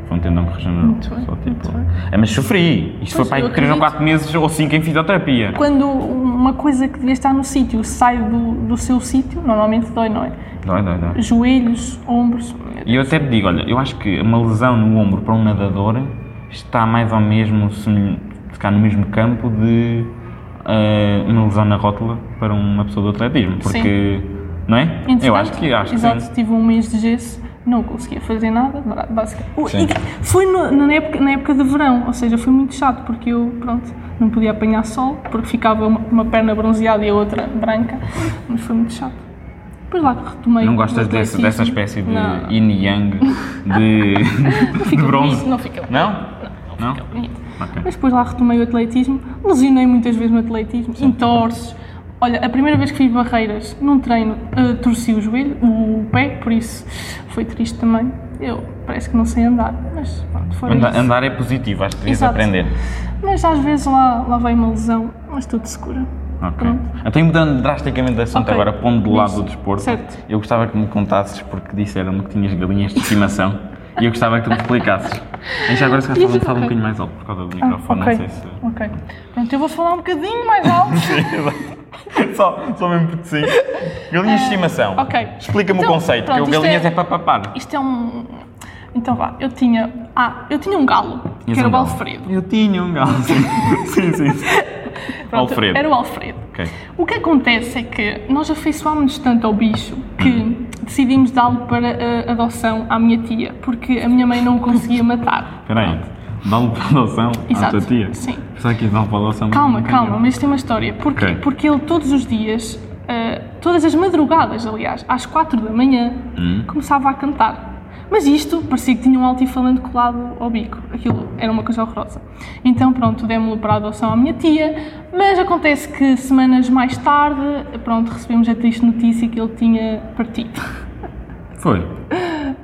A: Foi um tendão que regenerou.
B: Muito bem,
A: Só tipo-
B: muito bem.
A: Ah, mas sofri. Isto foi
B: Pois,
A: para aí
B: eu
A: 3 ou
B: acredito.
A: 4 meses ou 5 em fisioterapia.
B: Quando uma coisa que devia estar no sítio sai do, do seu sítio, normalmente dói, não é?
A: Dói, dói, dói.
B: Joelhos, ombros. meu Deus.
A: E eu até te digo, olha, eu acho que uma lesão no ombro para um nadador está mais ou mesmo, semelh- se calhar no mesmo campo de ah, uma lesão na rótula para uma pessoa do atletismo. Porque, não é? eu acho que acho que
B: Exato,
A: sim.
B: tive um mês de gesso, não conseguia fazer nada, ba- basicamente. Ui,
A: Sim.
B: e Foi no- na, época, na época de verão, ou seja, foi muito chato porque eu, pronto, não podia apanhar sol porque ficava uma, uma perna bronzeada e a outra branca, mas foi muito chato. Depois lá que retomei.
A: Não
B: o
A: gostas desse-
B: atletismo.
A: dessa espécie de
B: Não, não.
A: yin yang de, de
B: fica
A: bronze?
B: bonito, não fica bonito.
A: Não? Não?
B: bonito.
A: Ok.
B: Mas depois lá retomei o atletismo, lesionei muitas vezes no atletismo, em torces. Olha, a primeira vez que fiz barreiras num treino, eh, torci o joelho, o pé, por isso foi triste também. Eu parece que não sei andar, mas pronto, foi
A: Anda-
B: isso.
A: andar é positivo, acho que devias
B: Exato.
A: aprender.
B: Mas às vezes lá, lá vem uma lesão, mas tudo se cura.
A: Ok.
B: Pronto.
A: Então, e mudando drasticamente de assunto
B: Ok.
A: agora, pondo do lado
B: Isso.
A: do desporto,
B: Certo.
A: eu gostava que me contasses, porque disseram-me que tinhas galinhas de estimação, e eu gostava que tu me explicasses. E já agora se calhar fala,
B: Isso,
A: fala um
B: ok.
A: bocadinho mais alto por causa do
B: Ah,
A: microfone,
B: ok.
A: não sei se...
B: Ok. Pronto, eu vou falar um bocadinho mais alto.
A: só, só mesmo porque sim. Galinhas de estimação.
B: ok.
A: Explica-me
B: Então,
A: o conceito,
B: pronto,
A: porque o
B: isto
A: galinhas é...
B: é-
A: para papar.
B: Isto é um. Então vá, eu tinha. Ah, eu tinha um galo, que
A: Tinhas
B: era
A: um
B: o
A: galo.
B: Alfredo.
A: Eu tinha um galo, sim. sim, sim. sim.
B: Pronto,
A: Alfredo.
B: Era o Alfredo.
A: Ok.
B: O que acontece é que nós afeiçoámos-nos tanto ao bicho que decidimos dá-lo para eh, adoção à minha tia, porque a minha mãe não o conseguia matar.
A: Espera aí. Dá-lhe para adoção à
B: Exato,
A: tua tia?
B: sim.
A: Pensava que ia dar-lhe para adoção.
B: Calma,
A: a um
B: calma,
A: canhão.
B: mas tem uma história. Porquê?
A: Ok.
B: Porque ele todos os dias, eh, todas as madrugadas, aliás, às quatro da manhã,
A: Hum.
B: começava a cantar. Mas isto parecia que tinha um altifalante colado ao bico. Aquilo era uma coisa horrorosa. Então, pronto, demos-lo para adoção à minha tia, mas acontece que semanas mais tarde, pronto, recebemos a triste notícia que ele tinha partido.
A: Foi.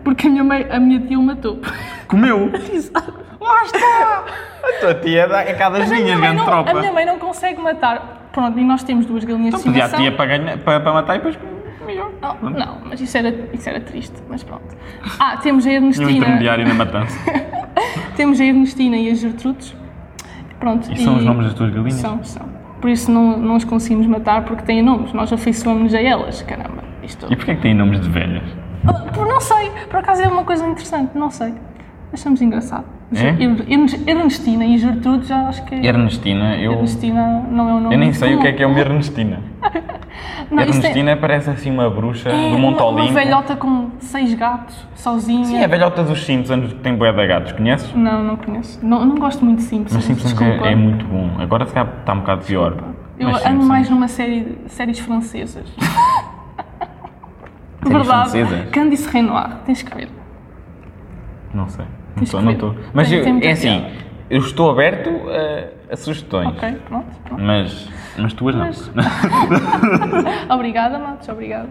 B: Porque a minha, mãe, a minha tia o matou.
A: Comeu.
B: Exato.
A: A tua tia dá é cá das
B: A minha,
A: linhas,
B: mãe
A: grande
B: não,
A: tropa.
B: a minha mãe não consegue matar. Pronto, e nós temos duas galinhas
A: Então
B: de
A: podia a
B: estimação.
A: tia para, ganhar, para, para matar e depois.
B: Oh, não, mas isso era, isso era triste, mas pronto. Ah, temos a
A: Tinha um
B: Ernestina.
A: intermediário na matança.
B: Temos a Ernestina e a Gertrudes. Pronto.
A: E são os nomes das tuas galinhas?
B: São, são. Por isso não, não as conseguimos matar porque têm nomes. Nós afeiçoamos-nos a elas, caramba. Isto.
A: E porquê é que têm nomes de velhas?
B: Ah, por- não sei, por acaso é uma coisa interessante, não sei. Achamos engraçado.
A: É?
B: Er- Ern- Ernestina e Gertrudes, já acho que é.
A: Ernestina, eu.
B: Ernestina não é o nome.
A: Eu nem sei o que é
B: comum.
A: que é uma Ernestina. a
B: isto é-
A: Ernestina parece assim uma bruxa
B: é
A: do
B: uma-
A: Monte
B: Uma
A: Olimpo.
B: velhota com seis gatos, sozinha.
A: Sim, é a velhota dos Simpsons que tem bué de gatos, conheces?
B: Não, não conheço. Não, não gosto muito de Simpsons.
A: Mas Simpsons é-
B: desculpa.
A: é, muito bom. Agora se calhar está um bocado pior.
B: Eu
A: Mas
B: ando
A: Simpsons-
B: mais numa série séries francesas.
A: Séries
B: Verdade.
A: francesas?
B: Candice Renoir, tens que ver.
A: Não sei. Não
B: Tens
A: estou,
B: que
A: não
B: ver.
A: estou. Mas
B: Tem-
A: eu-
B: tem muita
A: é assim,
B: piada.
A: eu estou aberto a, a sugestões.
B: Ok, pronto. pronto.
A: Mas, mas tuas não.
B: Mas- obrigada, Matos, obrigada.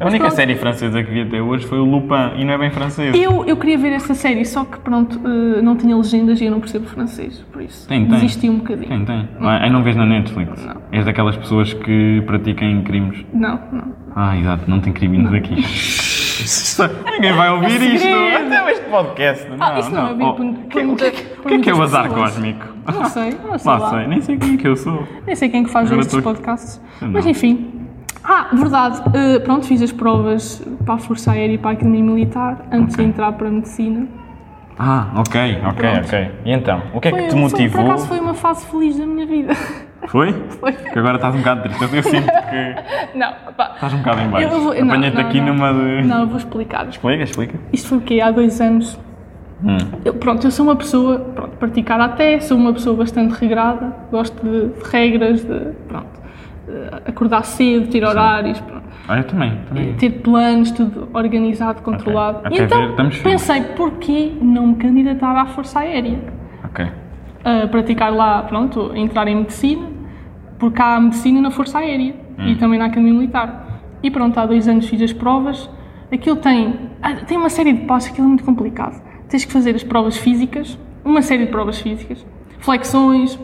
A: A única
B: pronto.
A: série francesa que vi até hoje foi o Lupin e não é bem francês.
B: Eu, eu queria ver essa série, só que pronto, eh, não tinha legendas e eu não percebo francês, por isso
A: Tem, tem.
B: desisti um bocadinho.
A: Tem, tem. Aí não vês na Netflix.
B: Não.
A: És daquelas pessoas que pratiquem crimes.
B: Não, não.
A: Ah, exato, não tem criminos aqui. Ninguém vai ouvir
B: É
A: isto.
B: segredo.
A: Até este podcast.
B: Ah, isso não, eu vi
A: Oh,
B: por-
A: o que-
B: por
A: o que,
B: muitas-
A: o
B: por
A: que é que é o
B: muitas
A: azar
B: pessoas.
A: cósmico?
B: Não sei, não sei.
A: Ah, Lá
B: lá.
A: sei, nem sei quem é que eu sou.
B: Nem sei quem que faz
A: Agora
B: estes
A: estou-
B: podcasts.
A: Eu
B: Mas
A: não.
B: enfim. Ah, verdade. eh, pronto, fiz as provas para a Força Aérea e para a Academia Militar antes
A: Ok.
B: de entrar para a Medicina.
A: Ah, ok, ok,
B: Pronto.
A: ok. E então, o que é que te
B: Foi- um foi-
A: motivou?
B: por acaso foi uma fase feliz da minha vida.
A: Foi?
B: Foi.
A: Que agora estás um bocado triste. Eu sinto que
B: Não, pá.
A: estás um bocado em
B: Eu
A: baixo.
B: vou- não,
A: Apanhei-te
B: não,
A: aqui
B: não.
A: numa de.
B: Não, eu vou explicar.
A: Explica, explica.
B: Isto foi o quê? Há dois anos.
A: Hum.
B: Eu- pronto, eu sou uma pessoa, pronto, praticar até, sou uma pessoa bastante regrada, gosto de, de regras, de, pronto, eh, acordar cedo, ter horários, pronto.
A: Ah, eu também, também.
B: ter planos, tudo organizado, controlado.
A: Até
B: E
A: ver,
B: então
A: estamos fixe.
B: pensei, porquê não me candidatar à Força Aérea?
A: Ok.
B: A praticar lá, pronto, a entrar em medicina, porque há medicina na Força Aérea
A: Hum.
B: e também na Academia Militar. E pronto, há dois anos fiz as provas. Aquilo tem, ah, tem uma série de passos, aquilo é muito complicado. Tens que fazer as provas físicas, uma série de provas físicas, flexões,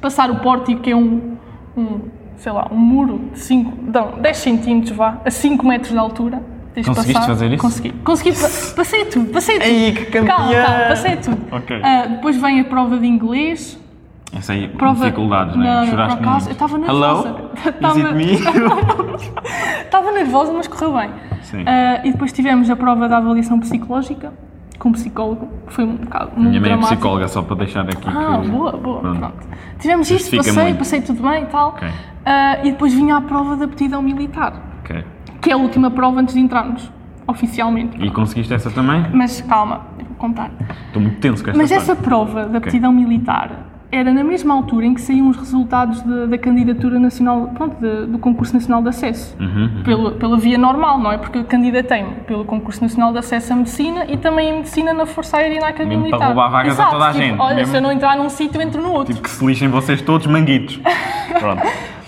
B: passar o pórtico, que é um, um, sei lá, um muro de 5, não, 10 centímetros vá, a 5 metros de altura. Tens que
A: Conseguiste
B: passar.
A: fazer isso?
B: Consegui. Consegui, pa- passei tudo, passei tudo.
A: Ei, que campeã!
B: Calma, calma, passei tudo.
A: Ok.
B: Ah, depois vem a prova de inglês,
A: Essa aí, com
B: Prova-
A: dificuldades, né?
B: Não, não,
A: Choraste
B: por acaso,
A: muito.
B: eu estava
A: Hello?
B: nervosa.
A: Is it
B: Estava-
A: me?
B: Estava nervosa, mas correu bem.
A: Sim.
B: Ah, e depois tivemos a prova da avaliação psicológica com um psicólogo. Foi um bocado muito
A: Minha mãe é
B: dramático.
A: psicóloga, só para deixar aqui
B: Ah,
A: que...
B: boa, boa.
A: Pronto.
B: Pronto. Tivemos isto,
A: Justifica
B: passei,
A: muito.
B: passei tudo bem e tal.
A: Ok.
B: Ah, e depois vinha a prova da aptidão militar,
A: Ok.
B: que é a última prova antes de entrarmos, oficialmente.
A: E conseguiste essa também?
B: Mas calma, eu vou contar.
A: Estou muito tenso com esta
B: Mas essa
A: parte.
B: prova
A: Ok.
B: da aptidão militar era na mesma altura em que saíam os resultados de- da candidatura nacional, pronto, de- do concurso nacional de acesso.
A: Uhum.
B: Pelo, pela via normal, não é? Porque eu candidatei-me pelo concurso nacional de acesso à medicina e também em medicina na Força Aérea e na Academia
A: Mesmo para
B: Militar.
A: roubar vagas a
B: Exato,
A: toda a
B: tipo,
A: gente,
B: Olha,
A: mesmo.
B: se eu não entrar num sítio, entro no outro.
A: Tipo, que se lixem vocês todos manguitos. Pronto.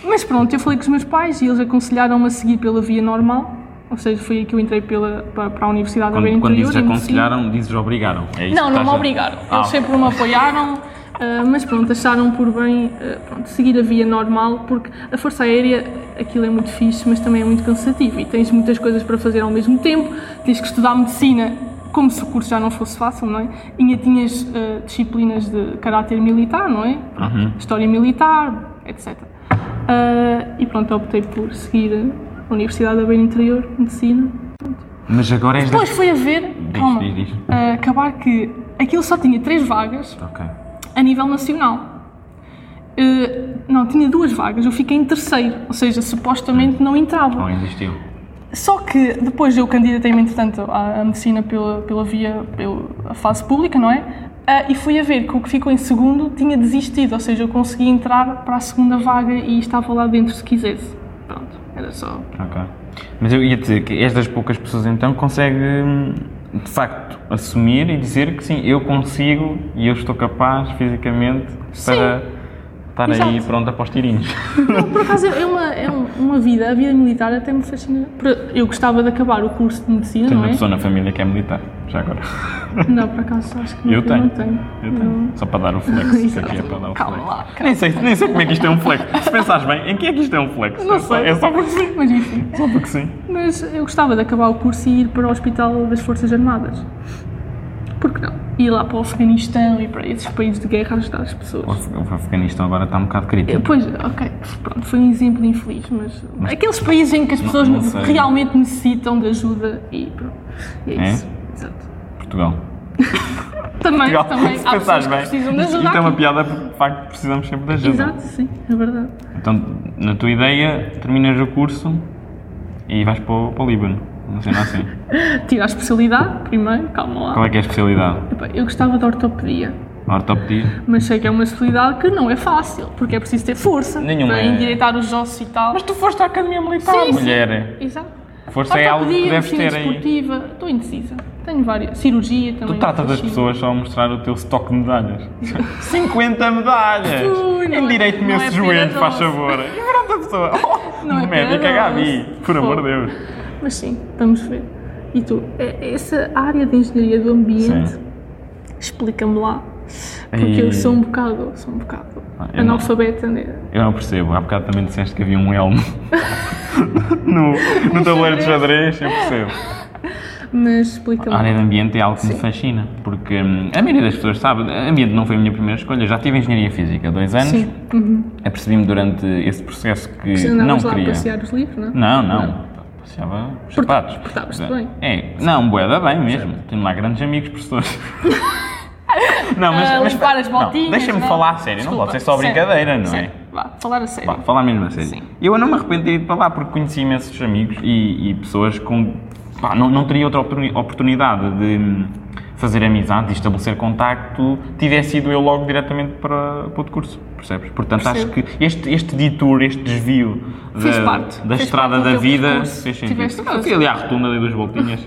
B: Mas pronto, eu falei com os meus pais e eles aconselharam-me a seguir pela via normal. Ou seja, foi aí que eu entrei pela, para, para a Universidade da
A: Quando,
B: Beira
A: quando
B: Interior.
A: dizes
B: em medicina.
A: aconselharam, dizes obrigaram. É isso que
B: Não, não
A: estás
B: me
A: a-
B: obrigaram.
A: Ah,
B: Eles sempre me apoiaram, ah, mas pronto, acharam por bem ah, pronto, seguir a via normal, porque a Força Aérea, aquilo é muito fixe, mas também é muito cansativo e tens muitas coisas para fazer ao mesmo tempo, tens que estudar medicina, como se o curso já não fosse fácil, não é? E ainda tinhas ah, disciplinas de caráter militar, não é? Pronto,
A: Uhum.
B: História militar, etc. Ah, e pronto, optei por seguir a Universidade da Beira Interior, Medicina,
A: Mas agora és... da-
B: depois foi a ver, calma,
A: diz, diz.
B: a acabar que aquilo só tinha três vagas
A: Ok.
B: a nível nacional. Eh, não, tinha duas vagas, eu fiquei em terceiro, ou seja, supostamente não entrava.
A: Não existiu.
B: Só que depois eu candidatei-me, entretanto, à à medicina pela, pela via, pela fase pública, não é? Ah, e fui a ver que o que ficou em segundo tinha desistido, ou seja, eu consegui entrar para a segunda vaga e estava lá dentro se quisesse. Pronto, era só.
A: Ok. Mas eu ia dizer que és das poucas pessoas então que consegue, hum, de facto, assumir e dizer que sim, eu consigo e eu estou capaz fisicamente para estar aí
B: Exato.
A: pronta para os tirinhos.
B: Por acaso é uma, é um- uma vida, a vida militar até me fascina. Por- Eu gostava de acabar o curso de medicina,
A: Tenho
B: não
A: uma
B: é?
A: pessoa na família que é militar, já agora.
B: Não, por acaso acho que
A: Eu
B: não-
A: tenho.
B: não tenho.
A: Eu tenho. Só para dar o flex. Isto aqui é para dar o
B: Calma
A: flex.
B: lá, calma.
A: Nem sei, nem sei como é que isto é um flex. Se pensares bem, em que é que isto é um flex?
B: Não
A: é só-
B: sei.
A: É só porque sim.
B: Mas enfim.
A: Só porque sim.
B: Mas eu gostava de acabar o curso e ir para o Hospital das Forças Armadas. Por que não? Ir lá para o Afeganistão e para esses países de guerra ajudar as
A: O
B: pessoas.
A: Af- o Afeganistão agora está um bocado crítico.
B: Eu- Pois, ok, pronto, foi um exemplo infeliz, mas, aqueles países em que as pessoas
A: não sei.
B: realmente necessitam de ajuda e pronto. E é,
A: É?
B: isso. Exato.
A: Portugal.
B: Também,
A: Portugal,
B: também.
A: se
B: Há
A: pensares
B: pessoas
A: bem.
B: que precisam de
A: Isto
B: ajuda
A: isto é uma
B: aqui.
A: piada porque, de facto, precisamos sempre de ajuda.
B: Exato, sim, é verdade.
A: Então, na tua ideia, terminas o curso e vais para o, para o Líbano. Não sei, não assim.
B: Tira a especialidade primeiro, calma lá.
A: Qual é que é a especialidade?
B: Epá, Eu gostava de ortopedia,
A: Ortopedia?
B: mas sei que é uma especialidade que não é fácil, porque é preciso ter força
A: Nenhuma
B: para
A: é.
B: endireitar os ossos e tal.
A: Mas tu foste à Academia Militar,
B: Sim, sim.
A: mulher.
B: Exato.
A: Força é algo que
B: Ortopedia,
A: deves ter
B: medicina
A: aí.
B: desportiva, estou indecisa. Tenho várias. Cirurgia também.
A: Tu tratas as
B: fascina.
A: pessoas só a mostrar o teu estoque de medalhas. 50 medalhas!
B: Ui, não é-
A: Endireite-me
B: não é
A: esse joelho,
B: piadoso.
A: faz favor. E pronto, a pessoa. Oh,
B: Não é
A: médica
B: piadoso.
A: Gabi, por amor de Deus.
B: Mas sim, vamos ver. E tu, é- essa área de engenharia do ambiente,
A: Sim.
B: explica-me lá. Porque
A: Ei.
B: eu sou um bocado, sou um bocado
A: Ah, eu não-
B: analfabeta, né?
A: Eu não percebo, há bocado também disseste que havia um elmo no, no tabuleiro de xadrez, eu percebo.
B: mas
A: A
B: explica-me.
A: área de ambiente é algo que me fascina, porque hum, a maioria das pessoas sabe, ambiente não foi a minha primeira escolha, eu já tive engenharia física há dois anos,
B: Sim. Uhum.
A: apercebi-me durante esse processo que
B: Se
A: não
B: andavas lá
A: queria.
B: a passear os livros, não?
A: Não, não. Passeava os sapatos.
B: portavas-te bem.
A: É, não, boeda bem mesmo. Tenho lá grandes amigos, professores. não, mas.
B: Ah,
A: mas
B: limpar as
A: não,
B: botinhas,
A: Deixa-me
B: né?
A: falar a sério, não
B: Desculpa,
A: pode ser só
B: sério,
A: brincadeira, não é?
B: sério. Vá, falar a sério.
A: Pá, falar mesmo a sério.
B: Sim.
A: Eu não me arrependo de ter ido para lá porque conheci imensos amigos e, e pessoas com. Pá, não, não teria outra oportuni- oportunidade de hum, fazer amizade e estabelecer contacto tivesse ido eu logo diretamente para, para outro curso, percebes? Portanto, acho
B: Percebo.
A: que este, este detour, este desvio
B: Fez
A: da,
B: parte.
A: da
B: Fez
A: estrada
B: parte do
A: da
B: teu
A: vida
B: percurso.
A: fez
B: Tiveste
A: sentido.
B: caso.
A: Fui ali à rotunda, dei duas voltinhas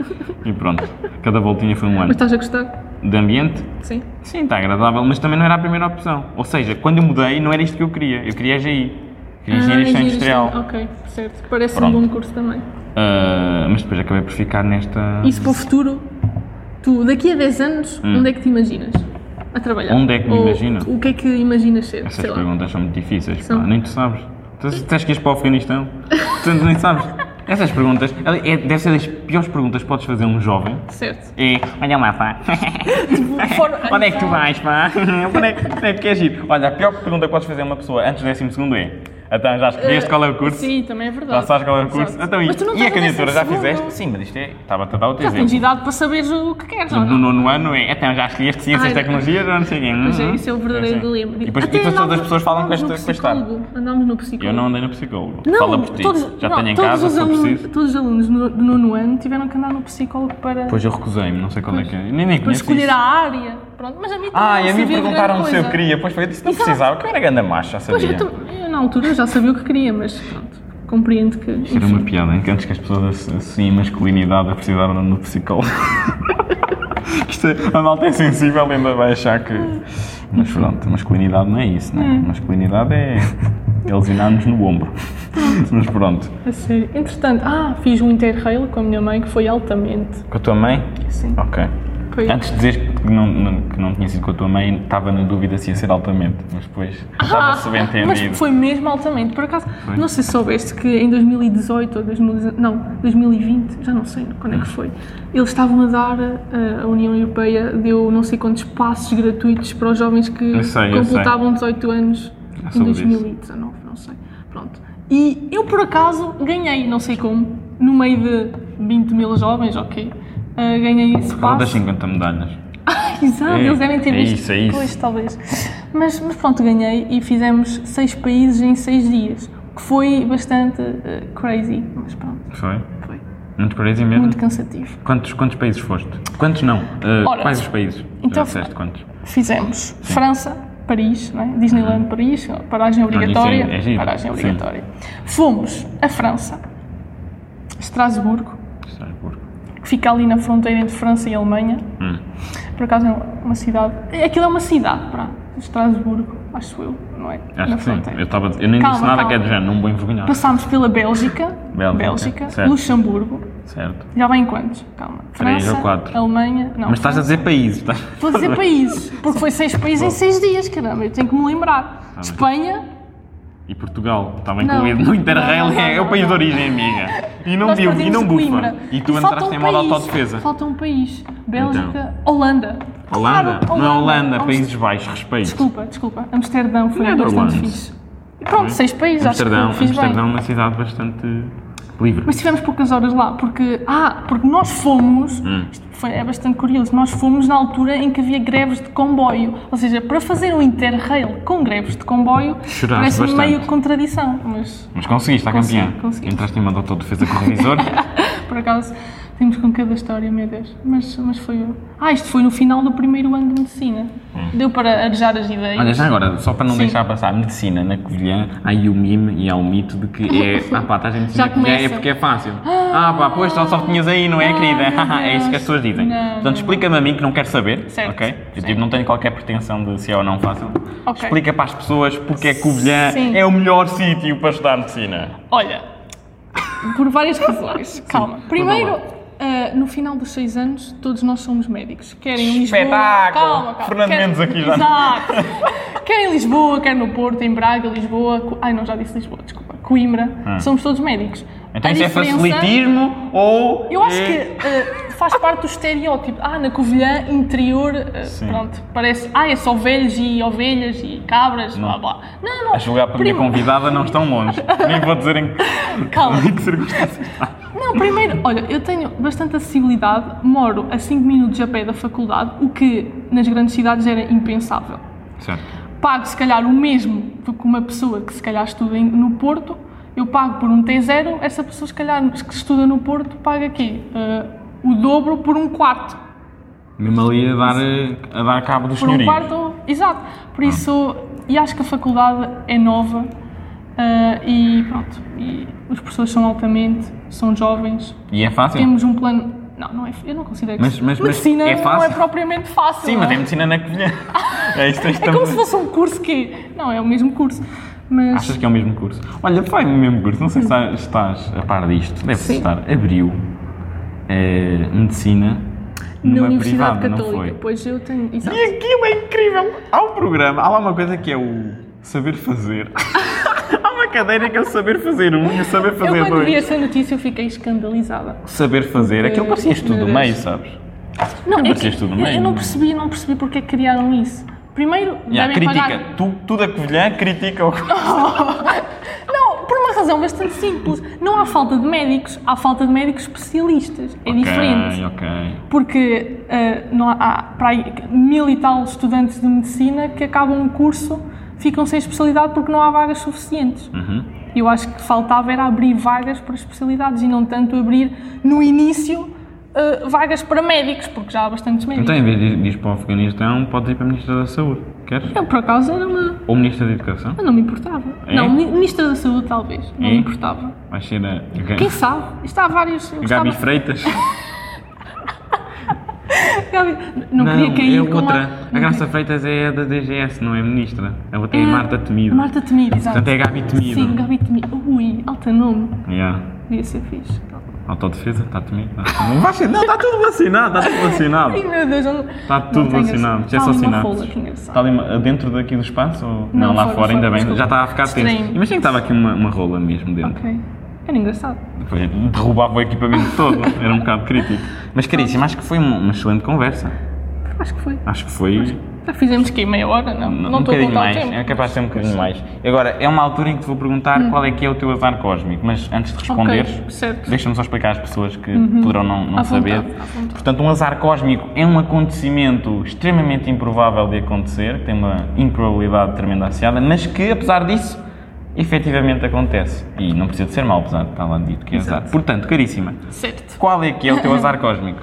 A: e pronto. Cada voltinha foi um ano.
B: Mas tá- estás a gostar?
A: De ambiente,
B: Sim.
A: Sim, está agradável, mas também não era a primeira opção. Ou seja, quando eu mudei, não era isto que eu queria. Eu queria a GI. Queria Engenharia Industrial. Industrial.
B: Ah, Ok, certo. Parece
A: Pronto.
B: um bom curso também.
A: Ah, mas depois acabei por ficar nesta.
B: Isso para o futuro, tu daqui a 10 anos, onde é que te imaginas? A trabalhar?
A: Hum. Onde é que me
B: Ou
A: imagino?
B: O que é que imaginas ser?
A: Essas
B: Sei lá.
A: perguntas são muito difíceis.
B: São.
A: pá, nem tu sabes. Tu tu tens que ir para o Afeganistão. tu nem sabes. Essas perguntas. É, deve ser das piores perguntas que podes fazer a um jovem.
B: Certo.
A: É, olha lá, pá.
B: Fora-
A: Onde é que tu vais, pá? Onde é que, onde é que queres ir? Olha, a pior pergunta que podes fazer a uma pessoa antes do 12 é. Então já escolheste qual é o curso?
B: Sim, também é verdade.
A: Já sabes qual é o curso?
B: Exato.
A: Então, e,
B: Mas tu não
A: e a
B: estás no
A: candidatura já
B: 12º?
A: fizeste? Sim, mas isto é. Estava-te a dar outro
B: Já tens
A: exemplo.
B: idade para saberes o que queres, ou
A: No
B: não?
A: nono ano é. Então já escolheste ciências,
B: Ai, não.
A: tecnologias ou não sei quem.
B: Pois é, isso é o verdadeiro dilema.
A: Uhum. E depois, e
B: Até
A: depois todas as
B: andámos-
A: pessoas falam com esta
B: andámos no
A: questão.
B: psicólogo, Andámos no psicólogo.
A: Eu não andei no psicólogo.
B: Não,
A: Fala por ti.
B: todos-
A: já
B: não,
A: tenho em
B: todos
A: casa,
B: os
A: se for
B: alunos,
A: preciso.
B: Todos os alunos no- do nono ano tiveram que andar no psicólogo para,
A: Pois eu recusei-me, não sei qual é que é. Nem, nem
B: para
A: conheço.
B: escolher
A: isso.
B: a área. Pronto, mas a mim
A: Ah,
B: também
A: e a
B: não
A: mim
B: serviu de grande
A: perguntaram se eu
B: coisa.
A: queria. Pois foi, eu disse que não
B: Exato.
A: precisava, que eu era ganda macho, já
B: Pois eu,
A: sabia.
B: tam- eu, na altura já sabia o que queria, mas pronto, compreendo que.
A: Era
B: Enfim,
A: uma piada, hein? que antes que as pessoas assim, masculinidade, a precisar de um psicólogo. Isto é- a malta é sensível, ainda vai achar que. Mas pronto, masculinidade não é isso, não é?
B: Hum.
A: Masculinidade é. Eles inanos no ombro. Mas pronto.
B: a sério. Entretanto, ah, fiz um interrail com a minha mãe que foi altamente. assim,
A: Com a tua mãe?
B: Sim.
A: Ok.
B: Foi.
A: Antes de dizer que não, não, que não tinha sido com a tua mãe, estava na dúvida se ia ser altamente, mas depois estava subentendido.
B: Ah, Mas foi mesmo altamente. Por acaso, não sei se soubeste que em 2018 ou 2019, não, 2020, já não sei quando é que foi, eles estavam a dar, eh, a União Europeia deu não sei quantos passos gratuitos para os jovens que
A: Eu sei, eu
B: completavam 18 anos
A: Já
B: em
A: soube disso.
B: 2019, não sei. Pronto. E eu, por acaso, ganhei, não sei como, no meio de 20 mil jovens, ok, eh, ganhei esse
A: Fala
B: passo.
A: das 50 medalhas.
B: Exato,
A: É,
B: eles devem ter
A: é
B: visto.
A: isso, é isso.
B: Pois, talvez. Mas, mas pronto, ganhei e fizemos seis países em seis dias, o que foi bastante eh, crazy, mas pronto,
A: Foi?
B: foi
A: Muito crazy mesmo?
B: muito cansativo.
A: Quantos, quantos países foste? Quantos não? Uh,
B: Ora,
A: quais os países?
B: então-
A: Já disseste quantos?
B: Fizemos França, Paris, não é? Disneyland Paris, paragem obrigatória.
A: Olha, Uhum. isso é- é giro.
B: paragem
A: Sim.
B: obrigatória. Fomos a França, Estrasburgo,
A: Estrasburgo.
B: que fica ali na fronteira entre França e Alemanha.
A: Hum.
B: Por acaso é uma cidade. é- Aquilo é uma cidade, para Estrasburgo, acho eu, não é?
A: Acho
B: na
A: que sim.
B: fronteira.
A: Eu, estava, eu nem
B: Calma,
A: disse nada
B: calma.
A: que é de género, não vou envergonhar.
B: Passámos pela Bélgica,
A: Bélgica,
B: Bélgica,
A: certo.
B: Luxemburgo,
A: Certo.
B: já vai em quantos? Calma.
A: Três
B: França,
A: ou quatro.
B: Alemanha, não.
A: Mas estás a
B: França.
A: dizer países, tá? estás?
B: Estou a dizer países, porque foi seis países em seis dias, caramba, eu tenho que me lembrar.
A: bem.
B: Espanha,
A: E Portugal, tá estava
B: Não.
A: incluído no Interrail,
B: Não, não,
A: é, é
B: não,
A: o país de
B: não.
A: origem, amiga. E não
B: nós
A: viu, e
B: perdemos
A: não
B: de
A: bufa.
B: Coimbra.
A: E tu
B: falta
A: entraste
B: um
A: em modo
B: país,
A: autodefesa.
B: Falta um país. Bélgica,
A: Então.
B: Holanda.
A: Holanda?
B: Claro,
A: Não, é Holanda,
B: Amst-
A: Países Baixos, respeito.
B: Desculpa, desculpa. Amsterdão foi
A: Netherlands. é?
B: bastante fixe. E pronto, seis países, acho
A: Amsterdão,
B: que fiz
A: Amsterdão é
B: bem.
A: uma cidade bastante Livre.
B: Mas tivemos poucas horas lá, porque, ah, porque nós fomos,
A: Hum.
B: isto foi, é bastante curioso, nós fomos na altura em que havia greves de comboio. Ou seja, para fazer um interrail com greves de comboio,
A: Choraste
B: parece
A: bastante.
B: meio contradição, mas
A: Mas conseguiste, está
B: Consegui,
A: campeã.
B: consegui.
A: Entraste em modo autodefesa com o revisor.
B: por acaso temos com cada história, meu Deus. Mas, mas foi. Ah, isto foi no final do primeiro ano de medicina.
A: Hum.
B: Deu para arejar as ideias.
A: Olha, já agora, só para não
B: Sim.
A: deixar passar, medicina na Covilhã, há aí o mime e há o mito de que é. Ah pá, estás em medicina
B: Já
A: na Covilhã é
B: começa.
A: porque é fácil. Ah, pá, pois só, só tinhas aí, não é,
B: Ah, meu
A: querida? é isso que as
B: Deus.
A: pessoas dizem.
B: Não,
A: Portanto, explica-me a mim que não quero saber.
B: Certo,
A: Ok? Eu tipo,
B: certo.
A: não tenho qualquer pretensão de se é ou não fácil.
B: Ok.
A: Explica para as pessoas porque é que Covilhã
B: Sim.
A: é o melhor sítio para estudar medicina.
B: Olha, por várias razões. Calma.
A: conta
B: Primeiro,
A: lá.
B: ah, no final dos seis anos, todos nós somos médicos. Quer em Lisboa.
A: Espetáculo!
B: Calma, calma.
A: Fernando
B: Quer-
A: Mendes aqui já.
B: Exato! quer em Lisboa, quer no Porto, em Braga, Lisboa. Co- Ai, não, já disse Lisboa, desculpa. Coimbra. Somos todos médicos.
A: Ah. Então
B: A
A: isso é
B: diferença-
A: facilitismo ou.
B: Eu acho
A: é-
B: que ah, faz parte do estereótipo. Ah, na Covilhã, interior, ah,
A: Sim.
B: pronto, parece. Ah, é só velhos e ovelhas e cabras, blá
A: Não.
B: blá. Não, não.
A: A julgar para a minha
B: Primo-
A: convidada não estão longe. Nem vou dizer em que-
B: Calma.
A: em que circunstâncias. está.
B: Não, primeiro, olha, eu tenho bastante acessibilidade, moro a 5 minutos a pé da faculdade, o que nas grandes cidades era impensável.
A: Certo.
B: Pago se calhar o mesmo do que uma pessoa que se calhar estuda em- no Porto, eu pago por um T0, essa pessoa se calhar que estuda no Porto paga aqui eh, o dobro por um quarto.
A: Mesmo ali a dar, a dar cabo dos
B: Por um
A: senhorios.
B: quarto, exato. Por isso, e acho que a faculdade é nova eh, e pronto, e os professores são altamente, são jovens,
A: E é fácil?
B: temos um plano. Não, não é, eu não considero que
A: Mas-
B: seja-
A: mas- mas
B: medicina
A: é
B: não é
A: fácil?
B: propriamente fácil.
A: Sim,
B: não
A: mas é
B: é
A: medicina na Covilhã. É isto que
B: É como
A: estamos
B: se
A: a-
B: fosse um curso que. Não, é o mesmo curso. Mas.
A: Achas que é o mesmo curso? Olha, vai no mesmo curso. Não sei se estás- estás a par disto. Deve estar. Abriu eh, medicina
B: na
A: numa
B: Universidade
A: privada, não
B: Católica,
A: foi?
B: pois eu tenho. Exato.
A: E aquilo é incrível. Há um programa, há lá uma coisa que é o saber fazer. há uma cadeira que é o saber fazer um e o saber
B: Eu
A: fazer
B: quando vi
A: dois.
B: essa notícia eu fiquei escandalizada.
A: Saber fazer, aquilo
B: Eh,
A: parecia estudo
B: meu
A: do
B: Deus.
A: meio, sabes?
B: Não, é que,
A: parecia estudo
B: eu,
A: mesmo.
B: eu não percebi, não percebi porque é que criaram isso. Primeiro,
A: Yeah,
B: devem
A: critica.
B: pagar.
A: Tu, tu da Covilhã critica o.
B: Não, por uma razão bastante simples. Não há falta de médicos, há falta de médicos especialistas. É diferente.
A: Ok, ok.
B: porque eh, não há, há para aí mil e tal estudantes de medicina que acabam um curso, ficam sem especialidade porque não há vagas suficientes.
A: Uhum.
B: Eu acho que faltava era abrir vagas para especialidades e não tanto abrir no início eh, vagas para médicos, porque já há bastantes médicos.
A: Então, em vez de ir de ir para o "Ah, Afeganistão, podes ir para a Ministra da Saúde. Queres?
B: Eu, por acaso, era uma...
A: Ou Ministra da Educação?
B: eu não me importava.
A: É?
B: Não, mi- Ministra da Saúde talvez, não
A: É?
B: me importava.
A: Vai ser a Ga-
B: Quem sabe? Isto há vários... eu
A: Gabi
B: gostava-
A: Freitas?
B: Gabi- Não, queria cair
A: é
B: com
A: outra.
B: a...
A: A Graça Freitas é a da DGS, não é Ministra. A outra é,
B: É-
A: Marta Temido.
B: Marta Temido, exato.
A: Portanto, é Gabi Temido.
B: Sim, Gabi Temido. Ui, alta nome.
A: Yeah.
B: Devia ser fixe.
A: Autodefesa? Está temido? Tá temido. Não, vacina- não, está tudo vacinado, está tudo vacinado.
B: Ai meu Deus, eu-
A: Está tudo
B: não tenho assim
A: vacinado,
B: essa-
A: é só
B: Está ali uma
A: sinapses.
B: folha, que
A: Está
B: engraçado.
A: ali uma- dentro daqui do espaço? Ou... Não, lá fora,
B: fora, fora,
A: ainda bem.
B: desculpa.
A: Já estava a ficar tenso.
B: Estranho.
A: Imagina que estava aqui uma, uma rola mesmo dentro.
B: Ok. Era engraçado.
A: Foi- Derrubava o equipamento todo. Era um bocado crítico. Mas caríssimo, acho que foi um, uma, uma excelente conversa.
B: Acho que foi.
A: Acho que foi.
B: Já fizemos que meia hora? Não,
A: um
B: não estou a
A: bocadinho
B: contar o
A: mais.
B: tempo. Hum.
A: É capaz de ser um bocadinho mais. Agora, é uma altura em que te vou perguntar qual é que é o teu azar cósmico. Mas antes de responderes,
B: Ok, certo.
A: Deixa-me só explicar às pessoas que poderão não, não
B: À
A: saber.
B: vontade, à vontade.
A: Portanto, um azar cósmico é um acontecimento extremamente improvável de acontecer, que tem uma improbabilidade tremenda associada, mas que, apesar disso, efetivamente acontece. E não precisa de ser mal, apesar de estar lá dito que é
B: Exato.
A: azar. Portanto, caríssima,
B: Certo.
A: qual é que é o teu azar cósmico?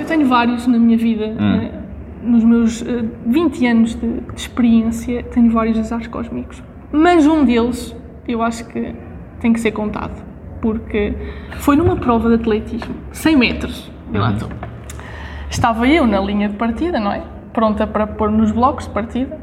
B: Eu tenho vários na minha vida.
A: Hum.
B: eh, Nos meus eh, 20 anos de, de experiência, tenho vários azares cósmicos. Mas um deles, eu acho que tem que ser contado. Porque foi numa prova de atletismo, 100 metros, de
A: Uhum.
B: lá estou. Estava eu na linha de partida, não é? Pronta para pôr nos blocos de partida.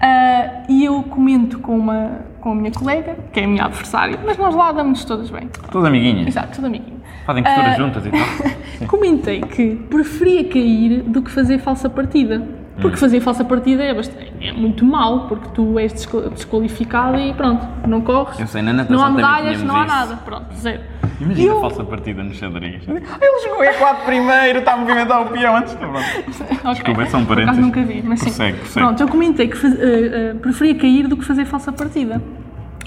B: Ah, e eu comento com, uma, com a minha colega, que é a minha adversária, mas nós lá damos todas bem.
A: Todas amiguinhas.
B: Exato, tudo amiguinho.
A: Fazem costuras
B: Ah.
A: juntas e tal.
B: Comentei que preferia cair do que fazer falsa partida.
A: Hum.
B: Porque fazer falsa partida é, bast- é muito mal, porque tu és desqu- desqualificado e pronto, não corres.
A: Eu sei, na natação
B: Não há
A: também
B: medalhas,
A: tínhamos
B: não há
A: isso.
B: nada. Pronto, zero.
A: Imagina
B: Eu-
A: a falsa partida nos xadrez. Ele jogou E4 primeiro, está a movimentar o peão antes. Pronto.
B: Ok.
A: Desculpa, são
B: Por
A: parênteses.
B: acaso nunca vi, mas sim.
A: Prossegue, prossegue.
B: Pronto, eu comentei que faz- eh, eh, preferia cair do que fazer falsa partida.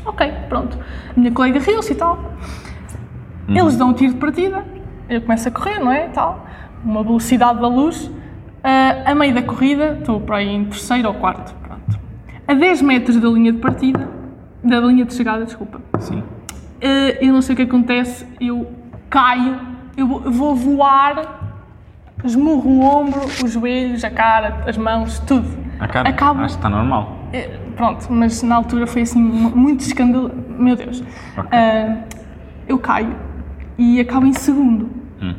B: Ok, pronto. A minha colega riu-se e tal.
A: Uhum.
B: Eles dão um tiro de partida, eu começo a correr, não é? Tal, uma velocidade da luz. Ah, a meio da corrida, estou para aí em terceiro ou quarto, pronto. A 10 metros da linha de partida, da linha de chegada, desculpa,
A: Sim.
B: eh, eu não sei o que acontece, eu caio, eu vou- eu vou voar, esmurro o ombro, os joelhos, a cara, as mãos, tudo.
A: A cara,
B: Acabo,
A: acho que está normal.
B: eh, pronto, mas na altura foi assim mu- muito escândalo, meu Deus. Ah, eu caio e acabo em segundo.
A: Hum.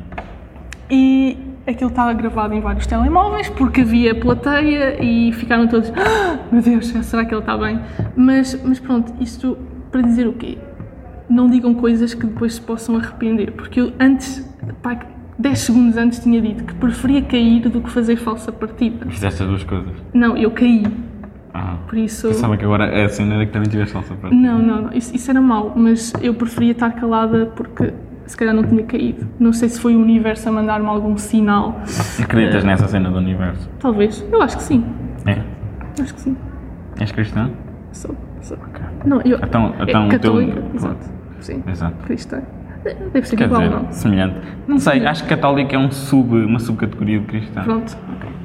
B: E aquilo estava gravado em vários telemóveis porque havia plateia e ficaram todos, "Ah, meu Deus, será que ele está bem? Mas, mas pronto, isto para dizer o quê? Não digam coisas que depois se possam arrepender, porque eu antes, pá, 10 segundos antes tinha dito que preferia cair do que fazer falsa partida.
A: Fizeste as duas coisas.
B: Não, eu caí,
A: Ah.
B: por isso.
A: Pensava que agora é a cena era que também tiveste salsa para
B: Não, não, não. Isso, isso era mau, mas eu preferia estar calada porque se calhar não tinha caído. Não sei se foi o universo a mandar-me algum sinal.
A: Acreditas nessa cena do universo?
B: Talvez. Eu acho que sim.
A: É?
B: Acho que sim.
A: És cristã?
B: Sou. sou. Não, eu.
A: Então-
B: é
A: então o teu-
B: católica, exato. Sim.
A: Exato.
B: Cristã. Deve ser
A: Quer
B: igual,
A: dizer,
B: não?
A: semelhante. Não sei, acho que católico é um sub, uma subcategoria de cristã.
B: Pronto.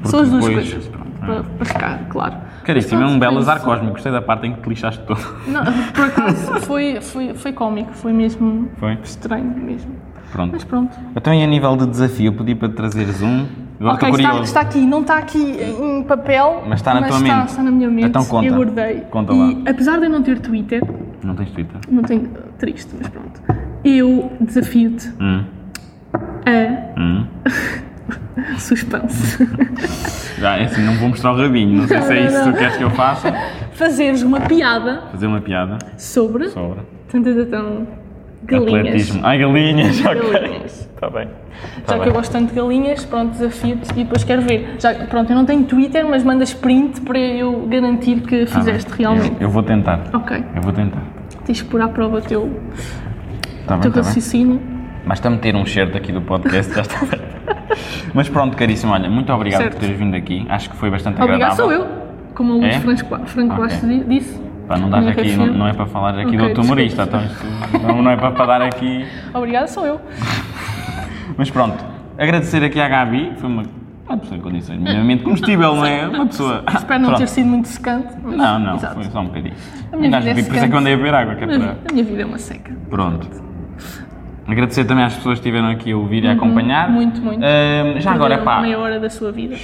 B: São as duas
A: depois-
B: coisas. Pronto.
A: Ah.
B: Para, para ficar, claro.
A: Caríssimo, é um
B: Mas pronto,
A: belo
B: foi
A: azar
B: isso.
A: cósmico. Gostei da parte em que te lixaste todo.
B: Não, por acaso foi, foi, foi cómico. Foi mesmo
A: Foi?
B: estranho mesmo.
A: Pronto.
B: Mas pronto.
A: Então, e a nível de desafio, eu pedi para te trazeres um. Agora
B: Ok,
A: estou
B: está,
A: curioso.
B: está aqui, não está aqui em papel,
A: Mas está na tua
B: está,
A: mente.
B: está na minha mente.
A: Então conta.
B: Eu guardei.
A: Conta
B: e,
A: lá.
B: apesar de eu não ter Twitter,
A: Não tens Twitter?
B: não tenho. triste, mas pronto. Eu desafio-te
A: Hum.
B: a
A: Hum.
B: suspense.
A: Já, é assim, não vou mostrar o rabinho. Não sei se é isso que tu queres que eu faça.
B: Fazeres uma piada
A: Fazer uma piada
B: sobre.
A: sobre
B: Tan, tan, tan, tan, galinhas.
A: atletismo. Ai, galinhas, ok.
B: Galinhas.
A: Está bem. Tá
B: Já
A: bem.
B: que eu gosto tanto de galinhas, pronto, desafio-te e depois quero ver. Já, pronto, eu não tenho Twitter, mas mandas print para eu garantir que
A: Tá bem.
B: fizeste realmente.
A: Eu, eu vou tentar.
B: Ok,
A: Eu vou tentar.
B: tens que pôr à prova o teu,
A: Tá bem,
B: teu
A: tá bem.
B: raciocínio.
A: Mas está a meter um shirt aqui do podcast, já está feito. Mas pronto, caríssimo, olha, muito obrigado
B: Certo.
A: por teres vindo aqui. Acho que foi bastante
B: Obrigado,
A: agradável.
B: sou eu. Como o Luís
A: É?
B: Franco, Franco
A: Ok.
B: Bastos di- disse.
A: Pá, não dás
B: Minha
A: aqui, não,
B: referência.
A: não é para falar aqui
B: Ok,
A: do outro
B: desculpa,
A: humorista, então isto não, não é para, para dar aqui.
B: Obrigada, sou eu.
A: Mas pronto, agradecer aqui à Gabi, foi uma, uma pessoa em condições minimamente comestível, não é? Uma pessoa.
B: Espero não
A: Pronto.
B: ter sido muito secante. mas-
A: Não, não,
B: Exato.
A: foi só um bocadinho.
B: A minha
A: Ainda acho
B: vida é
A: que- por isso é que eu andei a beber água, que é
B: A minha
A: para.
B: vi- a minha vida é uma seca.
A: Pronto. Agradecer também às pessoas que estiveram aqui a ouvir e a acompanhar.
B: Uhum. muito, muito.
A: Ahm, já agora,
B: Perderam
A: pá,
B: meia hora da sua vida.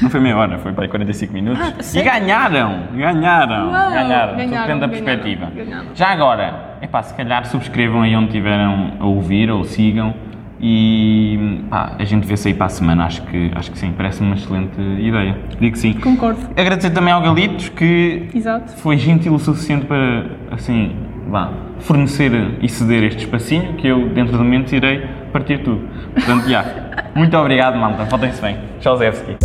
A: Não foi meia hora, foi para aí 45 minutos.
B: Ah,
A: e
B: sério?
A: ganharam! Ganharam! ganharam!
B: Uau,
A: Tudo
B: ganharam,
A: depende da
B: ganharam,
A: perspectiva.
B: ganharam.
A: Já agora, epá, se calhar subscrevam aí onde tiveram a ouvir ou sigam e pá, a gente vê-se aí para a semana. Acho que, acho que sim, parece uma excelente ideia. Digo que sim.
B: Concordo.
A: Agradecer também ao Galitos que
B: Exato.
A: foi gentil o suficiente para, assim, vá, fornecer e ceder este espacinho que eu, dentro do momento, irei partir tudo. Portanto, já. Muito obrigado, malta. Faltem-se bem. Tchau, Zevski.